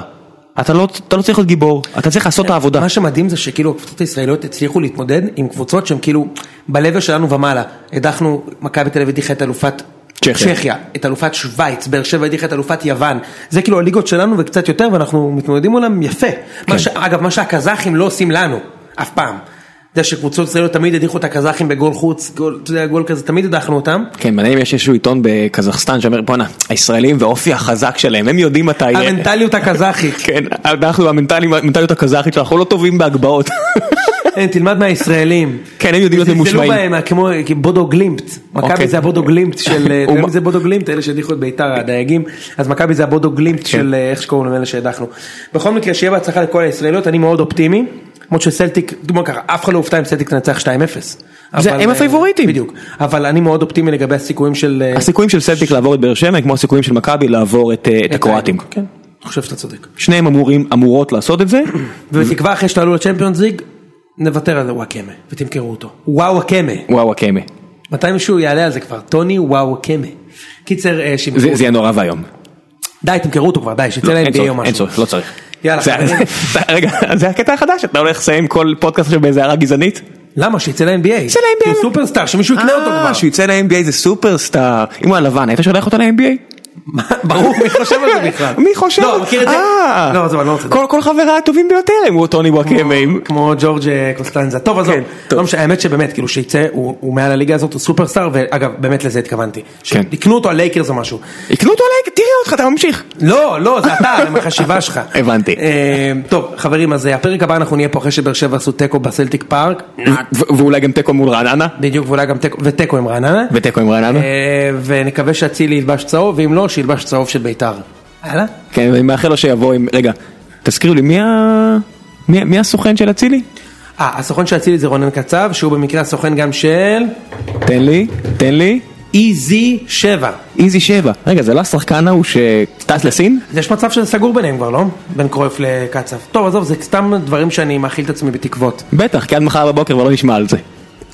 Speaker 2: אתה לא, אתה לא צריך להיות גיבור, אתה צריך לעשות את העבודה.
Speaker 1: מה שמדהים זה שכאילו הקבוצות הישראליות הצליחו להתמודד עם קבוצות שהן כאילו בלבל שלנו ומעלה. הדחנו, מכבי תל אביב הדיחה את אלופת
Speaker 2: צ'כיה.
Speaker 1: צ'כיה, את אלופת שווייץ, באר שבע הדיחה את אלופת יוון. זה כאילו הליגות שלנו וקצת יותר ואנחנו מתמודדים מולם יפה.
Speaker 2: כן.
Speaker 1: מה ש- אגב, מה שהקזחים לא עושים לנו, אף פעם. אתה יודע שקבוצות ישראליות תמיד הדיחו את הקזחים בגול חוץ, גול- אתה יודע, גול כזה, תמיד הדחנו אותם.
Speaker 2: כן, מעניין אם יש איזשהו עיתון בקזחסטן שאומר, בואנה, הישראלים והאופי החזק שלהם, הם יודעים
Speaker 1: אה,
Speaker 2: מתי...
Speaker 1: המנטליות הקזחית.
Speaker 2: כן, אנחנו המנטליים- המנטליות הקזחית, אנחנו לא טובים בהגבהות.
Speaker 1: כן, תלמד מהישראלים.
Speaker 2: כן, הם יודעים להיות ממושמעים.
Speaker 1: זלזלו בהם כמו כמו בודו גלימפט. מכבי
Speaker 2: אוקיי. כן.
Speaker 1: זה הבודו גלימפט של... אתה יודע
Speaker 2: ומה-
Speaker 1: מי זה בודו גלימפט? אלה שהדיחו את ביתר, הדייגים. אז מכבי זה הבודו
Speaker 2: כן.
Speaker 1: גלימפט של אה, איך שקוראים להם אלה שהדחנו. בכל מקרה, שיהיה בהצלחה לכל הישראליות, אני מאוד אופטימי. למרות שסלטיק, בוא ככה, אף אחד לא הופתע אם סלטיק תנצח 2-0.
Speaker 2: זה-
Speaker 1: אבל,
Speaker 2: הם
Speaker 1: אה,
Speaker 2: הפייבוריטים.
Speaker 1: בדיוק. אבל אני מאוד אופטימי לגבי הסיכויים של... אה,
Speaker 2: הסיכויים של סלטיק לעבור את באר שבע הם כמו הסיכויים של מכבי לעבור את אה, את
Speaker 1: את
Speaker 2: הקרואטים.
Speaker 1: האיידוק. כן, אני חושב שאתה צודק.
Speaker 2: שניהם אמורים, אמורות לעשות את זה.
Speaker 1: ובתקווה אחרי שתעלו לצ'מפיונס ליג, נוותר על וואקמה, ותמכרו אותו. וואו הקמה.
Speaker 2: וואו הקמא.
Speaker 1: מתי מישהו יעלה על זה כבר, טוני וואו קמה. קיצר, אה, שימכרו.
Speaker 2: זה זה יהיה נורא ואיום.
Speaker 1: די, תמכרו אותו כבר, די, שיצא
Speaker 2: לא,
Speaker 1: להם
Speaker 2: אין
Speaker 1: NBA או
Speaker 2: צורך, אין
Speaker 1: משהו.
Speaker 2: צורך, לא צריך.
Speaker 1: יאללה,
Speaker 2: זה-
Speaker 1: חברים.
Speaker 2: רגע, זה הקטע החדש, אתה הולך לסיים כל פודקאסט עכשיו באיזה הערה גזענית?
Speaker 1: למה? שיצא ל-NBA.
Speaker 2: שיצא ל- NBA.
Speaker 1: הוא סופרסטאר, שמישהו יקנה אותו כבר.
Speaker 2: אה, שהוא יצא ל-NBA זה סופרסטאר. אם הוא הלבן, היית שולח אותו ל-NBA?
Speaker 1: ברור, מי חושב על זה בכלל?
Speaker 2: מי חושב?
Speaker 1: לא, מכיר את זה?
Speaker 2: אה.
Speaker 1: לא, עזוב, אני לא רוצה.
Speaker 2: כל כל חבריי הטובים ביותר הם הוא טוני וואקמאים.
Speaker 1: כמו ג'ורג' אה, קוסטנזה. טוב, עזוב.
Speaker 2: כן, טוב.
Speaker 1: לא משנה, האמת שבאמת, כאילו, שיצא, הוא הוא מעל הליגה הזאת, הוא סופרסטאר, ואגב, באמת לזה התכוונתי.
Speaker 2: כן.
Speaker 1: שיקנו אותו הלייקרס או משהו.
Speaker 2: יקנו אותו עליי, תראה אותך, אתה ממשיך.
Speaker 1: לא, לא, זה אתה, זה מהחשיבה שלך.
Speaker 2: הבנתי.
Speaker 1: אה, טוב, חברים, אז אה, הפרק הבא אנחנו נהיה פה אחרי שבאר שבע עשו תיקו בסלטיק פארק.
Speaker 2: ו- ואולי גם תיקו מול רעננה.
Speaker 1: בדיוק, ואולי גם תיקו, ותיקו עם רעננה.
Speaker 2: ותיקו עם רעננה.
Speaker 1: אה, ונקווה שאצילי ילבש צהוב, ואם לא, שילבש צהוב של ביתר. הלאה?
Speaker 2: כן, אני מאחל לו שיבוא עם... רגע, תזכירו לי, מי ה... מי, מי הסוכן של אצילי?
Speaker 1: אה, הסוכן של אצילי זה רונן קצב, שהוא במקרה הסוכן גם של E
Speaker 2: תן לי, תן לי.
Speaker 1: איזי 7.
Speaker 2: איזי שבע. רגע, זה לא השחקן ההוא שטס לסין?
Speaker 1: אז יש מצב שזה סגור ביניהם כבר, לא? בין קרויף לקצב. טוב, עזוב, זה סתם דברים שאני מאכיל את עצמי בתקוות.
Speaker 2: בטח, כי עד מחר בבוקר כבר לא נשמע על זה.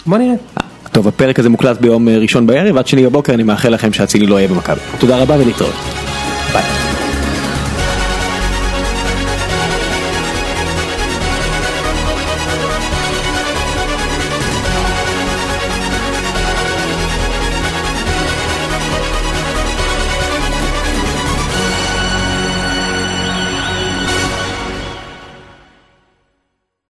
Speaker 1: בוא נראה.
Speaker 2: אה, טוב, הפרק הזה מוקלט ביום אה, ראשון בערב, עד שני בבוקר אני מאחל לכם שאצילי לא יהיה במכבי. תודה רבה ולהתראות. ביי.